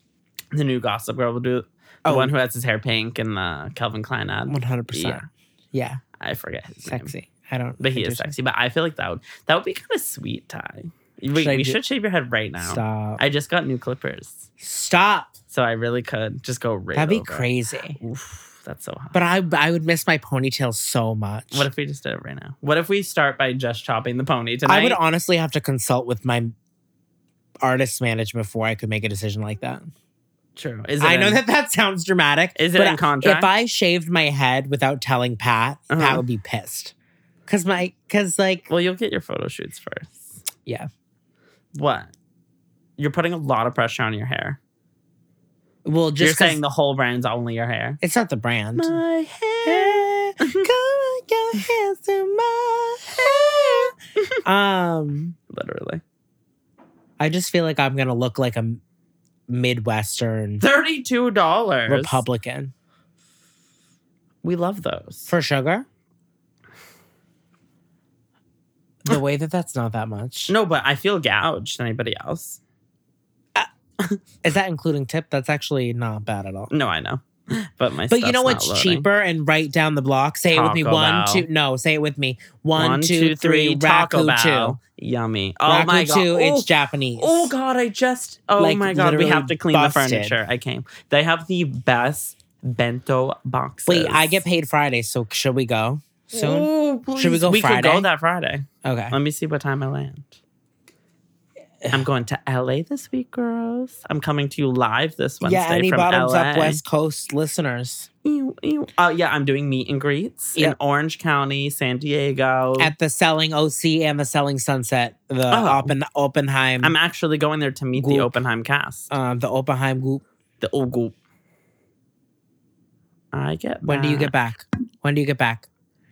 Speaker 2: the new Gossip Girl will do. The
Speaker 1: Oh.
Speaker 2: one who has his hair pink and the Calvin Klein ad.
Speaker 1: one hundred
Speaker 2: Yeah.
Speaker 1: percent. Yeah,
Speaker 2: I forget his name.
Speaker 1: sexy. I don't.
Speaker 2: But he
Speaker 1: I
Speaker 2: is
Speaker 1: just-
Speaker 2: sexy. But I feel like that would that would be kind of sweet, Ty. We,
Speaker 1: Should I
Speaker 2: we
Speaker 1: do-
Speaker 2: should shave your head right now.
Speaker 1: Stop.
Speaker 2: I just got new clippers,
Speaker 1: Stop.
Speaker 2: so I really could just go right.
Speaker 1: That'd be
Speaker 2: over.
Speaker 1: crazy.
Speaker 2: Oof, that's so hot.
Speaker 1: But I I would miss my ponytail so much.
Speaker 2: what if we just did it right now? What if we start by just chopping the pony tonight?
Speaker 1: I would honestly have to consult with my artist management before I could make a decision like that.
Speaker 2: True. Is it
Speaker 1: I know
Speaker 2: in-
Speaker 1: that that sounds dramatic.
Speaker 2: Is it
Speaker 1: but
Speaker 2: in contract?
Speaker 1: If I shaved my head without telling Pat,
Speaker 2: Uh-huh.
Speaker 1: Pat would be pissed. Cause my, cause like,
Speaker 2: Well, you'll get your photo shoots first.
Speaker 1: Yeah.
Speaker 2: What? You're putting a lot of pressure on your hair.
Speaker 1: well,
Speaker 2: You're
Speaker 1: just 'cause-
Speaker 2: saying the whole brand's only your hair.
Speaker 1: it's not the brand.
Speaker 2: My hair.
Speaker 1: Come your hands to my hair. um,
Speaker 2: Literally.
Speaker 1: I just feel like I'm gonna look like a Midwestern
Speaker 2: Thirty-two dollars.
Speaker 1: Republican
Speaker 2: We love those.
Speaker 1: for sugar. The way that that's not that much.
Speaker 2: no, but I feel gouged. Anybody else?
Speaker 1: Is that including tip? That's actually not bad at all.
Speaker 2: No, I know. But my.
Speaker 1: But you
Speaker 2: stuff's
Speaker 1: know
Speaker 2: not
Speaker 1: what's
Speaker 2: loading.
Speaker 1: cheaper and right down the block? Say it with me.
Speaker 2: Taco
Speaker 1: One,
Speaker 2: Bell.
Speaker 1: two. No, say it with me.
Speaker 2: One, two, three. Taco Bell. Yummy. Oh
Speaker 1: Raku
Speaker 2: my god.
Speaker 1: two, it's
Speaker 2: Ooh.
Speaker 1: Japanese.
Speaker 2: Oh god, I just oh
Speaker 1: Like,
Speaker 2: my god, we
Speaker 1: literally
Speaker 2: have to clean
Speaker 1: busted.
Speaker 2: the furniture. I came. They have the best bento boxes.
Speaker 1: Wait, I get paid Friday, so should we go soon?
Speaker 2: Ooh,
Speaker 1: Should we
Speaker 2: please.
Speaker 1: go
Speaker 2: We could
Speaker 1: Friday?
Speaker 2: go that Friday.
Speaker 1: Okay.
Speaker 2: Let me see what time I land. I'm going to LA this week, girls. I'm coming to you live this Wednesday
Speaker 1: yeah, any
Speaker 2: from
Speaker 1: bottoms
Speaker 2: LA.
Speaker 1: up West Coast listeners
Speaker 2: Ew, ew. Oh yeah, I'm doing meet and greets in
Speaker 1: Yep.
Speaker 2: Orange County, San Diego.
Speaker 1: at the Selling OC and the Selling Sunset, the
Speaker 2: Oh.
Speaker 1: Oppen- Oppenheim,
Speaker 2: I'm actually going there to meet the
Speaker 1: Group.
Speaker 2: Oppenheim cast.
Speaker 1: um, the Oppenheim group.
Speaker 2: the old group. I get.
Speaker 1: When do you get back? When do you get back?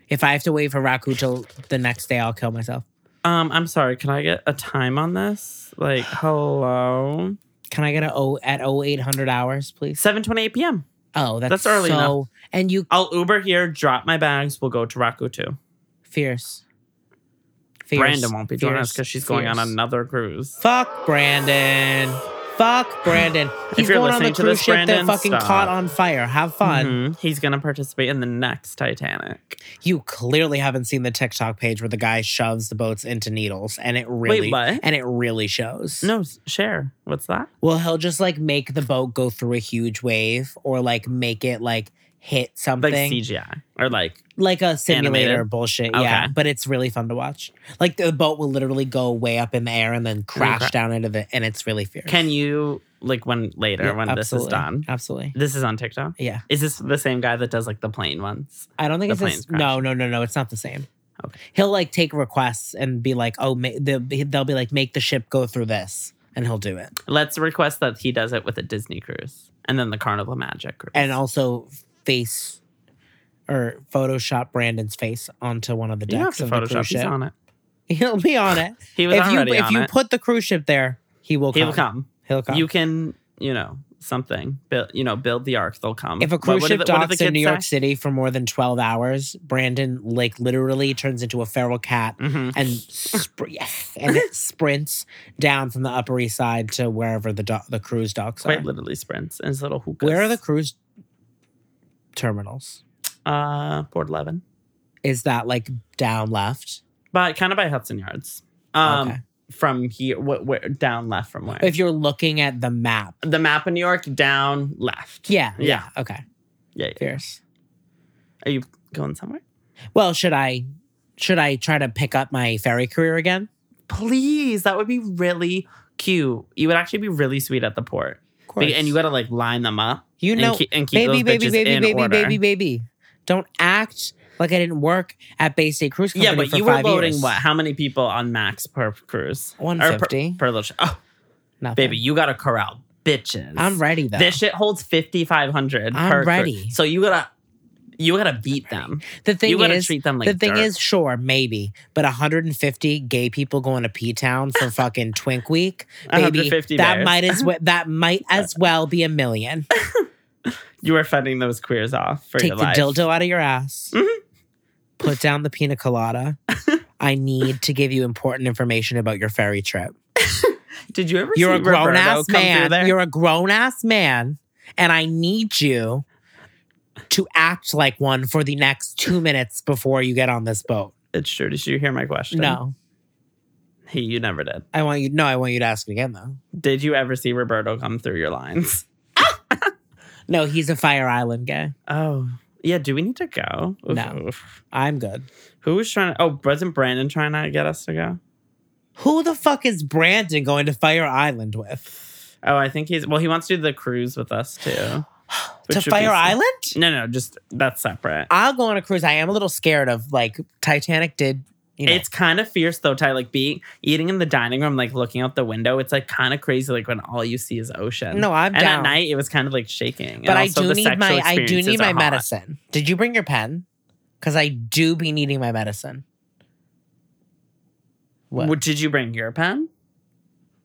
Speaker 1: If I have to wait for Raku till the next day, I'll kill myself.
Speaker 2: Um, I'm sorry. Can I get a time on this? Like, hello,
Speaker 1: Can I get a O at 0800 hours, please?
Speaker 2: seven twenty eight p.m.
Speaker 1: Oh, that's,
Speaker 2: That's early
Speaker 1: so, And you
Speaker 2: I'll Uber here, drop my bags. We'll go to Raku too.
Speaker 1: fierce. fierce.
Speaker 2: Brandon won't be joining us
Speaker 1: fierce,
Speaker 2: because she's going on
Speaker 1: fierce.
Speaker 2: another cruise.
Speaker 1: Fuck Brandon. Fuck Brandon. He's
Speaker 2: you're
Speaker 1: going on the
Speaker 2: listening to
Speaker 1: cruise
Speaker 2: this,
Speaker 1: ship that
Speaker 2: Brandon,
Speaker 1: fucking
Speaker 2: stop.
Speaker 1: caught on fire. Have fun.
Speaker 2: Mhm. He's gonna participate in the next Titanic.
Speaker 1: You clearly haven't seen the TikTok page where the guy shoves the boats into needles, and it really
Speaker 2: what?
Speaker 1: and it really shows.
Speaker 2: No, s- share. What's that?
Speaker 1: Well, he'll just like make the boat go through a huge wave, or like make it like hit
Speaker 2: Like
Speaker 1: something, like,
Speaker 2: CGI or like
Speaker 1: a simulator
Speaker 2: Animated?
Speaker 1: bullshit.
Speaker 2: Okay.
Speaker 1: Yeah, but it's really fun to watch. Like the boat will literally go way up in the air and then crash
Speaker 2: cra-
Speaker 1: down into the, and it's really fierce.
Speaker 2: Can you like when later
Speaker 1: Yeah,
Speaker 2: when this
Speaker 1: absolutely.
Speaker 2: is done?
Speaker 1: Absolutely.
Speaker 2: This is on TikTok.
Speaker 1: Yeah,
Speaker 2: Is this the same guy that does like the plane ones?
Speaker 1: I don't think
Speaker 2: The
Speaker 1: it's
Speaker 2: plane's
Speaker 1: this, no, no, no, no. It's not the same.
Speaker 2: Okay.
Speaker 1: He'll like take requests and be like, "Oh, ma- they'll be they'll be like, make the ship go through this," and he'll do it.
Speaker 2: Let's request that he does it with a Disney cruise and then the Carnival Magic cruise.
Speaker 1: and also face or Photoshop Brandon's face onto one of the
Speaker 2: you don't have
Speaker 1: decks
Speaker 2: to
Speaker 1: of the
Speaker 2: Photoshop.
Speaker 1: cruise
Speaker 2: He's
Speaker 1: ship.
Speaker 2: on it.
Speaker 1: He'll be on it.
Speaker 2: He was
Speaker 1: if you
Speaker 2: already
Speaker 1: if
Speaker 2: on
Speaker 1: you
Speaker 2: it.
Speaker 1: put the cruise ship there, he will come.
Speaker 2: He will come.
Speaker 1: He'll come.
Speaker 2: You can, you know, something. Build, you know, build the ark. They'll come.
Speaker 1: if a
Speaker 2: What-
Speaker 1: cruise
Speaker 2: what
Speaker 1: ship
Speaker 2: did the- what did
Speaker 1: docks
Speaker 2: the
Speaker 1: in New
Speaker 2: kids
Speaker 1: York
Speaker 2: say?
Speaker 1: City for more than twelve hours, Brandon like literally turns into a feral cat
Speaker 2: Mhm.
Speaker 1: and spr- yes, and it sprints down from the Upper East Side to wherever the do- the cruise docks
Speaker 2: quite
Speaker 1: are.
Speaker 2: literally sprints in his little hookahs.
Speaker 1: Where are the cruise terminals?
Speaker 2: uh Port Levin?
Speaker 1: Is that like down left?
Speaker 2: But kind of by Hudson Yards. Um,
Speaker 1: Okay.
Speaker 2: from here, wh- where down left from where?
Speaker 1: If you're looking at the map,
Speaker 2: the map of New York down left.
Speaker 1: Yeah.
Speaker 2: Yeah.
Speaker 1: Okay.
Speaker 2: Yeah. yeah.
Speaker 1: Fierce.
Speaker 2: Are you going somewhere?
Speaker 1: Well, should I should I try to pick up my fairy career again?
Speaker 2: Please. That would be really cute. You would actually be really sweet at the port.
Speaker 1: Of course.
Speaker 2: And you got to like line them up
Speaker 1: you
Speaker 2: and,
Speaker 1: know,
Speaker 2: keep, and keep
Speaker 1: baby,
Speaker 2: those
Speaker 1: baby,
Speaker 2: bitches
Speaker 1: baby,
Speaker 2: in
Speaker 1: baby,
Speaker 2: order.
Speaker 1: baby, baby. Don't act like I didn't work at Bay State Cruise Company
Speaker 2: Yeah, but
Speaker 1: for
Speaker 2: you were
Speaker 1: five
Speaker 2: loading
Speaker 1: years.
Speaker 2: what? How many people on max per cruise? Or per-
Speaker 1: 150.
Speaker 2: per, little ship. Oh,
Speaker 1: Nothing.
Speaker 2: baby, you got to corral bitches.
Speaker 1: I'm ready though.
Speaker 2: This shit holds 5,500
Speaker 1: I'm
Speaker 2: per cruise.
Speaker 1: ready.
Speaker 2: So you got to you got to beat them.
Speaker 1: the thing
Speaker 2: you got to
Speaker 1: is,
Speaker 2: treat them like
Speaker 1: the thing
Speaker 2: dirt.
Speaker 1: is, sure, maybe, but 150 gay people going to P Town for fucking Twink Week, baby,
Speaker 2: 150
Speaker 1: that
Speaker 2: bears.
Speaker 1: might as well that might
Speaker 2: Uh,
Speaker 1: as well be a million.
Speaker 2: you are fending those queers off for
Speaker 1: Take
Speaker 2: your
Speaker 1: the
Speaker 2: life. Mm-hmm.
Speaker 1: dildo out of your ass. Put down the pina colada. I need to give you important information about your ferry trip.
Speaker 2: Did you ever
Speaker 1: You're
Speaker 2: see
Speaker 1: a grown
Speaker 2: Roberto come
Speaker 1: ass
Speaker 2: through
Speaker 1: man.
Speaker 2: there?
Speaker 1: You're a grown ass man, and I need you to act like one for the next two minutes before you get on this boat.
Speaker 2: It's true. Did you hear my question?
Speaker 1: No,
Speaker 2: Hey, you never did.
Speaker 1: I want you. No, I want you to ask it again though.
Speaker 2: Did you ever see Roberto come through your lines?
Speaker 1: No, he's a Fire Island guy.
Speaker 2: Oh, yeah. Do we need to go? Oof,
Speaker 1: No.
Speaker 2: oof.
Speaker 1: I'm good.
Speaker 2: Who was trying to? Oh, wasn't Brandon trying to get us to go?
Speaker 1: Who the fuck is Brandon going to Fire Island with?
Speaker 2: Oh, I think he's. Well, he wants to do the cruise with us too.
Speaker 1: to
Speaker 2: which would be
Speaker 1: Fire
Speaker 2: sick.
Speaker 1: Island?
Speaker 2: No, no, just that's separate.
Speaker 1: I'll go on a cruise. I am a little scared of like Titanic did. You know,
Speaker 2: It's kind of fierce though, Ty. Like being eating in the dining room, like looking out the window. It's like kind of crazy. Like when all you see is ocean.
Speaker 1: No, I'm
Speaker 2: and
Speaker 1: down.
Speaker 2: at night it was kind of like shaking.
Speaker 1: but
Speaker 2: And
Speaker 1: I
Speaker 2: also
Speaker 1: do
Speaker 2: the
Speaker 1: need
Speaker 2: sexual
Speaker 1: my I do
Speaker 2: experiences
Speaker 1: need my
Speaker 2: are hot.
Speaker 1: medicine. Did you bring your pen? Because I do be needing my medicine. What?
Speaker 2: What, did you bring your pen?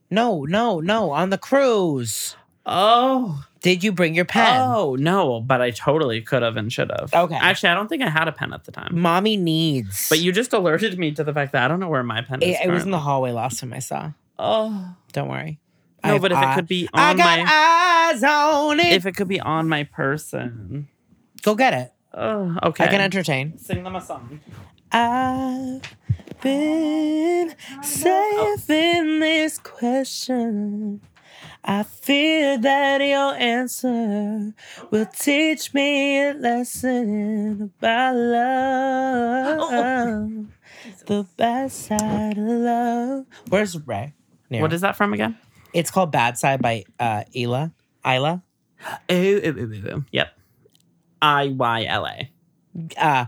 Speaker 1: no, no, no. On the cruise,
Speaker 2: Oh,
Speaker 1: did you bring your pen?
Speaker 2: oh no! But I totally could have and should have.
Speaker 1: Okay. Mm.
Speaker 2: Actually, I don't think I had a pen at the time.
Speaker 1: Mommy needs.
Speaker 2: But you just alerted me to the fact that I don't know where my pen is.
Speaker 1: It, it was in
Speaker 2: currently.
Speaker 1: the hallway last time I saw.
Speaker 2: Oh
Speaker 1: Don't worry. I
Speaker 2: no!
Speaker 1: have
Speaker 2: But if
Speaker 1: eye-
Speaker 2: it could be on
Speaker 1: I got
Speaker 2: my
Speaker 1: eyes on it.
Speaker 2: if it could be on my person.
Speaker 1: go get it.
Speaker 2: Oh,
Speaker 1: Mm-hmm.
Speaker 2: okay.
Speaker 1: I can entertain.
Speaker 2: sing them a song.
Speaker 1: I've been saving this question I fear that your answer will teach me a lesson about love. The bad side of love. Where's Ray? Yeah.
Speaker 2: What is that from again?
Speaker 1: It's called Bad Side by uh, Ila. Isla.
Speaker 2: Ooh, ooh, ooh, ooh, ooh. Yep. I Y L A.
Speaker 1: Uh,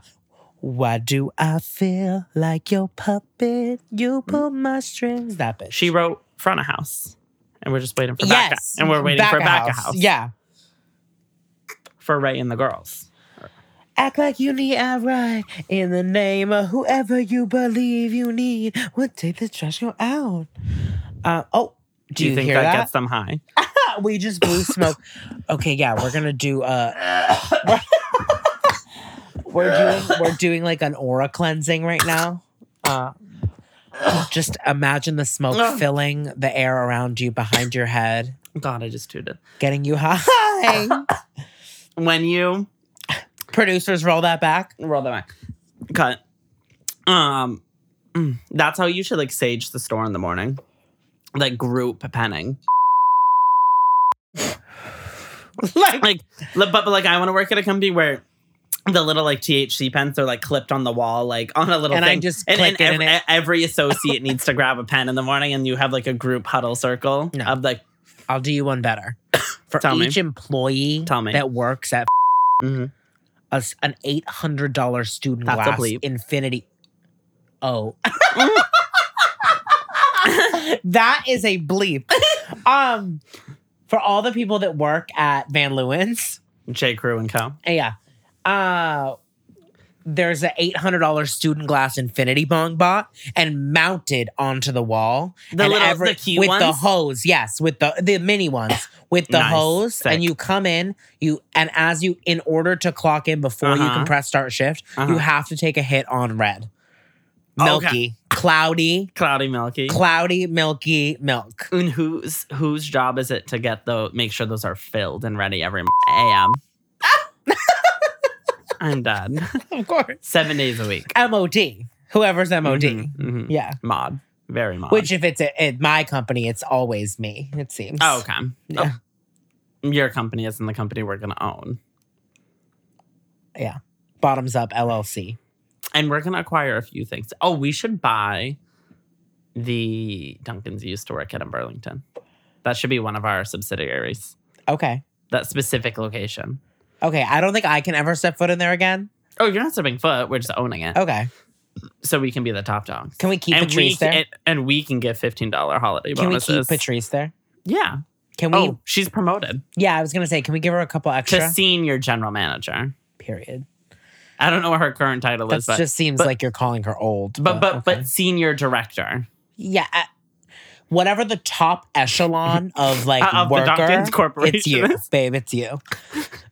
Speaker 1: why do I feel like your puppet? You pull my strings. That bitch.
Speaker 2: Hmm. She wrote front of house, and we're just waiting for back. and we're waiting for
Speaker 1: a
Speaker 2: back of house.
Speaker 1: Yeah.
Speaker 2: For Ray and the girls.
Speaker 1: Act like you need I ride in the name of whoever you believe you need. We'll take the trash go out. Uh, oh, do,
Speaker 2: Do you, think
Speaker 1: hear
Speaker 2: that,
Speaker 1: that?
Speaker 2: gets them high?
Speaker 1: we just blew smoke. okay, yeah, we're gonna do. Uh, we're doing we're doing like an aura cleansing right now. Uh, just imagine the smoke
Speaker 2: Ugh.
Speaker 1: filling the air around you, behind your head,
Speaker 2: God, I just tooted.
Speaker 1: getting you high.
Speaker 2: When you
Speaker 1: Producers, roll that back.
Speaker 2: roll that back, cut. Um, mm, that's how you should like sage the store in the morning, like group penning.
Speaker 1: like,
Speaker 2: like li- but, but like I want to work at a company where the little like THC pens are like clipped on the wall, like on a little
Speaker 1: And I
Speaker 2: thing.
Speaker 1: just
Speaker 2: and, and
Speaker 1: click it
Speaker 2: ev-
Speaker 1: and it-
Speaker 2: every associate needs to grab a pen in the morning, and you have like a group huddle circle
Speaker 1: No.
Speaker 2: of like
Speaker 1: I'll do you one better. For
Speaker 2: Tell me.
Speaker 1: each employee
Speaker 2: Tell me.
Speaker 1: that works at
Speaker 2: mhm.
Speaker 1: us an eight hundred dollar student
Speaker 2: That's a
Speaker 1: glass
Speaker 2: bleep.
Speaker 1: infinity. Oh, that is a bleep. Um, for all the people that work at Van Leeuwen's,
Speaker 2: J Crew and Co.
Speaker 1: yeah, uh, there's a eight hundred dollar student glass infinity bong bot and mounted onto the wall.
Speaker 2: The
Speaker 1: and
Speaker 2: little- the cute
Speaker 1: with the
Speaker 2: ones?
Speaker 1: hose, yes, with the the mini ones. With the
Speaker 2: Nice.
Speaker 1: hose,
Speaker 2: Sick.
Speaker 1: and you come in, you and as you in order to clock in before you
Speaker 2: Uh-huh.
Speaker 1: can press start shift,
Speaker 2: Uh-huh.
Speaker 1: you have to take a hit on red,
Speaker 2: Okay.
Speaker 1: milky, cloudy,
Speaker 2: Cloudy Milky.
Speaker 1: cloudy, milky milk.
Speaker 2: and whose whose job is it to get the make sure those are filled and ready every m- a.m. I'm done.
Speaker 1: Of course.
Speaker 2: Seven days a week.
Speaker 1: MOD. Whoever's MOD.
Speaker 2: Mhm, mhm.
Speaker 1: Yeah.
Speaker 2: Mod. Very mod.
Speaker 1: Which, if it's at, at my company, it's always me, it seems.
Speaker 2: Oh, okay.
Speaker 1: Yeah.
Speaker 2: Oh. Your company isn't the company we're going to own.
Speaker 1: Bottoms Up LLC.
Speaker 2: And we're going to acquire a few things. Oh, we should buy the Duncan's used to work at in Burlington. That should be one of our subsidiaries,
Speaker 1: Okay.
Speaker 2: that specific location.
Speaker 1: Okay. I don't think I can ever step foot in there again.
Speaker 2: Oh, you're not stepping foot. We're just owning it.
Speaker 1: Okay.
Speaker 2: So we can be the top dogs.
Speaker 1: Can we keep
Speaker 2: and, we,
Speaker 1: Patrice there?
Speaker 2: and, and we can get $15 holiday
Speaker 1: can we
Speaker 2: bonuses.
Speaker 1: keep Patrice there?
Speaker 2: yeah.
Speaker 1: Can we?
Speaker 2: Oh, she's promoted
Speaker 1: Yeah, I was going to say, can we give her a couple
Speaker 2: to
Speaker 1: extra?
Speaker 2: senior general manager.
Speaker 1: Period.
Speaker 2: I don't know what her current title
Speaker 1: That
Speaker 2: is, but,
Speaker 1: just seems
Speaker 2: but-
Speaker 1: like you're calling her old.
Speaker 2: but, but,
Speaker 1: okay.
Speaker 2: but senior director.
Speaker 1: Yeah. I- Whatever the top echelon of like
Speaker 2: Uh, of the
Speaker 1: worker,
Speaker 2: Dawkins Corporation
Speaker 1: it's you,
Speaker 2: is.
Speaker 1: babe. It's you.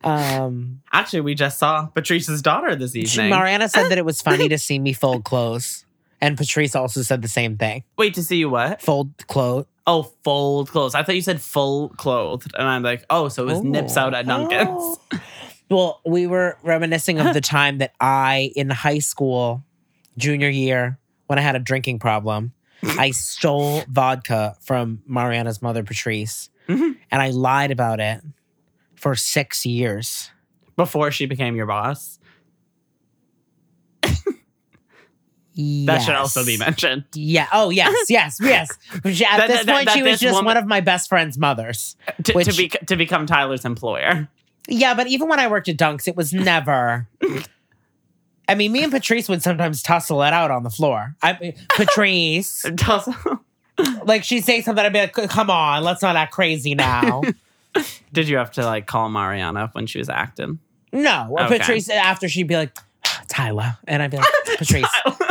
Speaker 1: Um,
Speaker 2: Actually, we just saw Patrice's daughter this
Speaker 1: she-
Speaker 2: evening.
Speaker 1: Mariana said that it was funny to see me fold clothes, and Patrice also said the same thing.
Speaker 2: Wait to see you what?
Speaker 1: Fold clothes.
Speaker 2: Oh, fold clothes. I thought you said full clothed, and I'm like, oh, so it was nips out at Dunkin'.
Speaker 1: oh. Well, we were reminiscing of the time that I, in high school, junior year, when I had a drinking problem, I stole vodka from Mariana's mother, Patrice,
Speaker 2: Mhm.
Speaker 1: and I lied about it for six years.
Speaker 2: Before she became your boss, that
Speaker 1: Yes.
Speaker 2: should also be mentioned.
Speaker 1: Yeah. Oh, yes, yes, yes. But she- At
Speaker 2: That-
Speaker 1: this
Speaker 2: that- that-
Speaker 1: point,
Speaker 2: that
Speaker 1: she was
Speaker 2: this
Speaker 1: just
Speaker 2: woman-
Speaker 1: one of my best friend's mothers.
Speaker 2: To, to
Speaker 1: Which-
Speaker 2: be to become Tyler's employer.
Speaker 1: Yeah, but even when I worked at Dunks, it was never. I mean, me and Patrice would sometimes tussle it out on the floor. I Patrice, like she'd say something, I'd be like, "Come on, let's not act crazy now."
Speaker 2: Did you have to like call Mariana when she was acting?
Speaker 1: no,
Speaker 2: Okay.
Speaker 1: Patrice. After she'd be like, "Ah, "Tyler," and I'd be like, "Patrice,"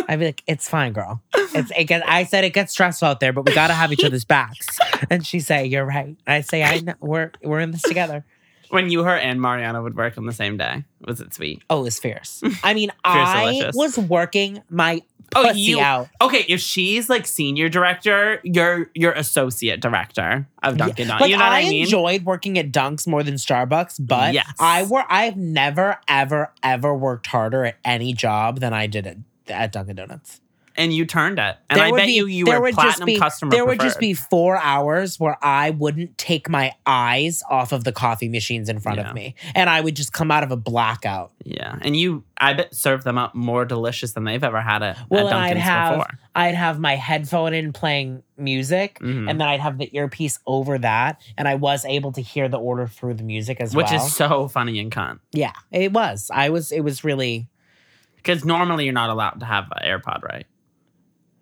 Speaker 1: I'd be like, "It's fine, girl." It's, it gets, I said it gets stressful out there, but we gotta have each other's backs. And she say, "You're right." I say, "I know. We're we're in this together."
Speaker 2: When you, her, and Mariana would work on the same day, was it sweet?
Speaker 1: Oh, it's fierce. I mean, I
Speaker 2: delicious.
Speaker 1: was working my
Speaker 2: Oh,
Speaker 1: pussy
Speaker 2: you-
Speaker 1: out.
Speaker 2: Okay, if she's like senior director, you're you're associate director of
Speaker 1: Yeah.
Speaker 2: Dunkin' Donuts.
Speaker 1: Like,
Speaker 2: Uh, you know what
Speaker 1: I,
Speaker 2: I mean?
Speaker 1: enjoyed working at Dunks more than Starbucks, but
Speaker 2: Yes.
Speaker 1: I were I've never ever ever worked harder at any job than I did at, at Dunkin' Donuts.
Speaker 2: and you turned it. And
Speaker 1: There
Speaker 2: I
Speaker 1: would
Speaker 2: bet
Speaker 1: be-
Speaker 2: you you
Speaker 1: there
Speaker 2: were
Speaker 1: would just
Speaker 2: platinum
Speaker 1: be-
Speaker 2: customer.
Speaker 1: There would just
Speaker 2: preferred.
Speaker 1: be four hours where I wouldn't take my eyes off of the coffee machines in front
Speaker 2: Yeah.
Speaker 1: of me, and I would just come out of a blackout.
Speaker 2: yeah, and you I bet served them up more delicious than they've ever had at,
Speaker 1: Well,
Speaker 2: at
Speaker 1: and I'd
Speaker 2: Dunkin's
Speaker 1: have
Speaker 2: before.
Speaker 1: I'd have my headphone in playing music,
Speaker 2: Mhm.
Speaker 1: and then I'd have the earpiece over that, and I was able to hear the order through the music as
Speaker 2: which
Speaker 1: well.
Speaker 2: is so funny and cunt
Speaker 1: yeah, it was. I was. It was really
Speaker 2: because normally you're not allowed to have an AirPod, right?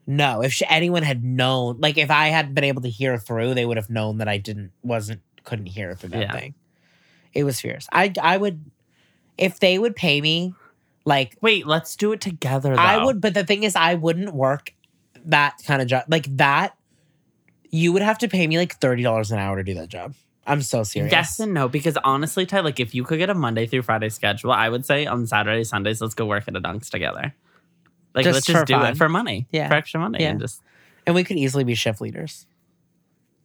Speaker 1: no. If sh- anyone had known, like if I had been able to hear through, they would have known that I didn't wasn't couldn't hear through that
Speaker 2: Yeah.
Speaker 1: thing. It was fierce. I I would if they would pay me, like
Speaker 2: Wait, let's do it together. Though.
Speaker 1: I would, but the thing is, I wouldn't work that kind of job. Like that, you would have to pay me like thirty dollars an hour to do that job. I'm so serious.
Speaker 2: Yes and no, because honestly, Ty, like if you could get a Monday through Friday schedule, I would say on Saturday, Sundays, let's go work at a Dunks together. Like
Speaker 1: Just
Speaker 2: let's just
Speaker 1: for
Speaker 2: do
Speaker 1: fun.
Speaker 2: it for money,
Speaker 1: Yeah.
Speaker 2: for extra money,
Speaker 1: Yeah.
Speaker 2: and just
Speaker 1: and we could easily be shift leaders.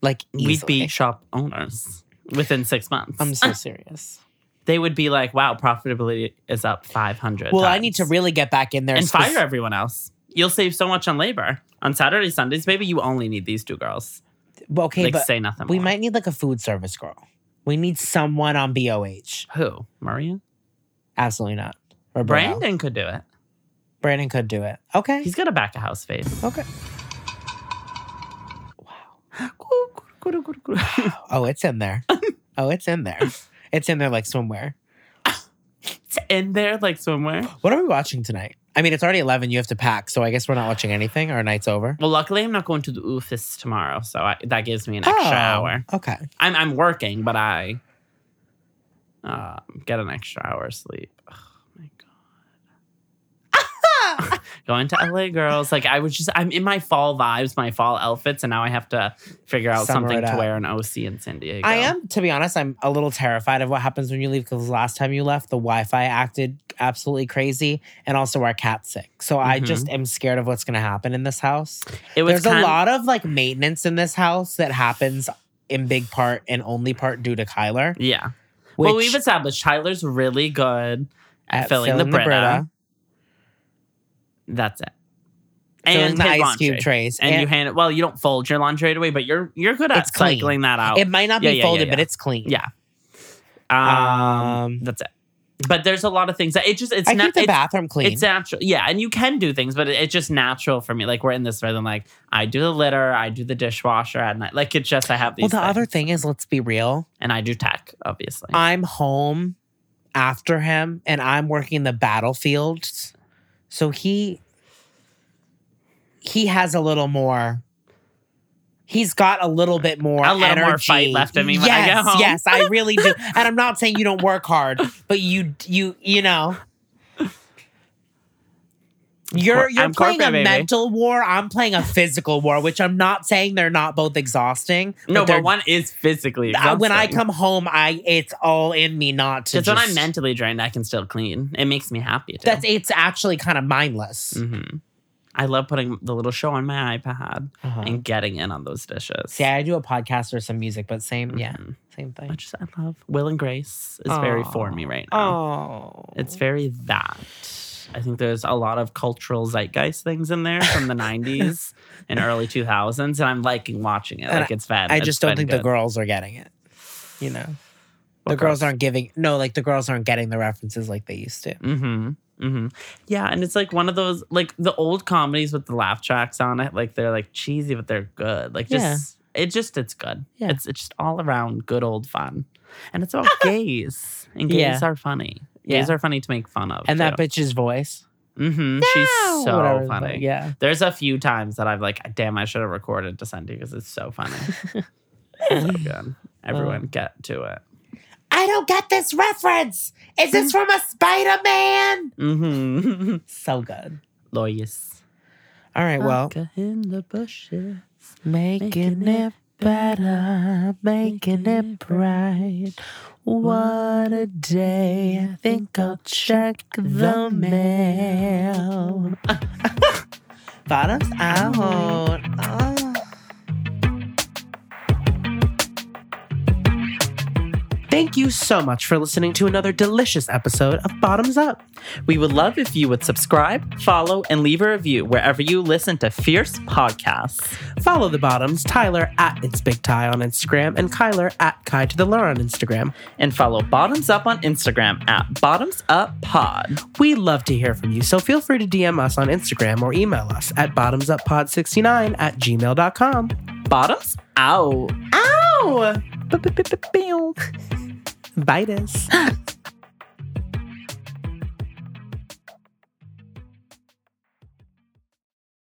Speaker 1: Like easily.
Speaker 2: we'd be shop owners within six months.
Speaker 1: I'm so serious.
Speaker 2: they would be like, "Wow, profitability is up five hundred.
Speaker 1: well, I need to really get back in there
Speaker 2: and
Speaker 1: spec-
Speaker 2: fire everyone else. You'll save so much on labor on Saturday, Sundays. Maybe you only need these two girls.
Speaker 1: Okay,
Speaker 2: like
Speaker 1: but
Speaker 2: say nothing.
Speaker 1: we
Speaker 2: more.
Speaker 1: might need like a food service girl. We need someone on BOH.
Speaker 2: who Maria
Speaker 1: Absolutely not. Or Brandon.
Speaker 2: Brandon could do it.
Speaker 1: Brandon could do it. Okay.
Speaker 2: He's got a back of house face.
Speaker 1: okay. Oh, it's in there. oh, it's in there. It's in there like swimwear.
Speaker 2: It's in there like swimwear.
Speaker 1: What are we watching tonight? I mean, it's already 11. You have to pack. So I guess we're not watching anything. Our night's over.
Speaker 2: Well, luckily I'm not going to the office tomorrow, so I, that gives me an extra hour.
Speaker 1: Oh, Okay.
Speaker 2: I'm I'm working, but I uh, get an extra hour of sleep. Oh my god. Going to LA girls. Like I was just I'm in my fall vibes, my fall outfits, and now I have to figure out
Speaker 1: Summer
Speaker 2: something
Speaker 1: it
Speaker 2: to
Speaker 1: up.
Speaker 2: wear in OC in San Diego.
Speaker 1: I am, to be honest, I'm a little terrified of what happens when you leave because last time you left, the Wi Fi acted absolutely crazy. And also, our cat's sick. So I
Speaker 2: Mm-hmm.
Speaker 1: just am scared of what's going to happen in this house.
Speaker 2: It was
Speaker 1: There's a
Speaker 2: kind-
Speaker 1: lot of like maintenance in this house that happens in big part and only part due to Kyler.
Speaker 2: Yeah.
Speaker 1: Which,
Speaker 2: well, we've established Tyler's really good at, filling, the Brita. That's it.
Speaker 1: filling
Speaker 2: And
Speaker 1: the
Speaker 2: his
Speaker 1: ice
Speaker 2: laundry.
Speaker 1: cube trays.
Speaker 2: and, you hand it. Well, you don't fold your laundry away, but you're you're good at
Speaker 1: It's clean.
Speaker 2: cycling that out.
Speaker 1: it might not
Speaker 2: Yeah,
Speaker 1: be
Speaker 2: yeah, yeah,
Speaker 1: folded, but
Speaker 2: yeah.
Speaker 1: it's clean.
Speaker 2: yeah. Um,
Speaker 1: Um,
Speaker 2: that's it. But there's a lot of things that it just it's
Speaker 1: I
Speaker 2: not
Speaker 1: keep the
Speaker 2: it's,
Speaker 1: bathroom clean.
Speaker 2: it's natural. Yeah, and you can do things, but it, it's just natural for me. Like we're in this rhythm. Like I do the litter, I do the dishwasher at night. Like it's just I have these.
Speaker 1: well, the
Speaker 2: things.
Speaker 1: other Uh, thing is, let's be real.
Speaker 2: and I do tech, obviously.
Speaker 1: I'm home after him, and I'm working the battlefields, so he he has a little more. He's got a little bit more
Speaker 2: A little more
Speaker 1: energy.
Speaker 2: fight left in me when I
Speaker 1: yes,
Speaker 2: get home.
Speaker 1: Yes, I really do. And I'm not saying you don't work hard, but you you you know. You're
Speaker 2: Cor-
Speaker 1: you're
Speaker 2: I'm
Speaker 1: playing
Speaker 2: corporate,
Speaker 1: a
Speaker 2: baby.
Speaker 1: mental war. I'm playing a physical war, which I'm not saying they're not both exhausting.
Speaker 2: no, but
Speaker 1: they're
Speaker 2: one is physically.
Speaker 1: I- when I
Speaker 2: exhausting.
Speaker 1: come home, I it's all in me not to.
Speaker 2: Because when I'm
Speaker 1: just-
Speaker 2: mentally drained, I can still clean. It makes me happy. Too.
Speaker 1: That's it's actually kind of mindless.
Speaker 2: hmm I love putting the little show on my iPad
Speaker 1: Uh-huh.
Speaker 2: and getting in on those dishes.
Speaker 1: See, I do a podcast or some music, but same, yeah,
Speaker 2: Mhm.
Speaker 1: same
Speaker 2: I
Speaker 1: thing.
Speaker 2: just I love Will and Grace is very for
Speaker 1: Aw.
Speaker 2: me right now.
Speaker 1: Oh,
Speaker 2: It's very that. I think there's a lot of cultural zeitgeist things in there from the 90s and early 2000s, and I'm liking watching it.
Speaker 1: And
Speaker 2: Like it's bad.
Speaker 1: I just don't think the girls are getting it. You know, the
Speaker 2: What
Speaker 1: girls
Speaker 2: girls?
Speaker 1: aren't giving. No, like the girls aren't getting the references like they used to.
Speaker 2: Mm-hmm. Mm-hmm. Yeah, and it's like one of those like the old comedies with the laugh tracks on it. Like they're like cheesy, but they're good. Like just it just it's good.
Speaker 1: Yeah.
Speaker 2: It's it's just all around good old fun, and it's about gays, and gays
Speaker 1: Yeah.
Speaker 2: are funny. Gays
Speaker 1: Yeah.
Speaker 2: are funny to make fun of,
Speaker 1: And that bitch's voice,
Speaker 2: Mm-hmm. She's so
Speaker 1: Whatever, but
Speaker 2: funny.
Speaker 1: Yeah,
Speaker 2: There's a few times that I've like, damn, I should have recorded to send you because it's so funny. so good. Everyone get to it.
Speaker 1: I don't get this reference. Is this from a Spider Man?
Speaker 2: Mm-hmm.
Speaker 1: So good.
Speaker 2: Lawyers.
Speaker 1: All right, well,
Speaker 2: Vodka in the bushes.
Speaker 1: Making,
Speaker 2: Making
Speaker 1: it better, making
Speaker 2: making
Speaker 1: it
Speaker 2: it
Speaker 1: bright. What a day. I think I'll check the mail. Bottoms out. Ah. Oh.
Speaker 2: Thank you so much for listening to another delicious episode of Bottoms Up. We would love if you would subscribe, follow, and leave a review wherever you listen to Fierce Podcasts.
Speaker 1: Follow the bottoms, Tyler at It's Big Ty on Instagram and Kyler at Kai to the Lure on Instagram.
Speaker 2: And follow Bottoms Up on Instagram at Bottoms Up Pod.
Speaker 1: We love to hear from you, so feel free to DM us on Instagram or email us at bottomsuppod69 at gmail.com.
Speaker 2: Bottoms out.
Speaker 1: Bye, this.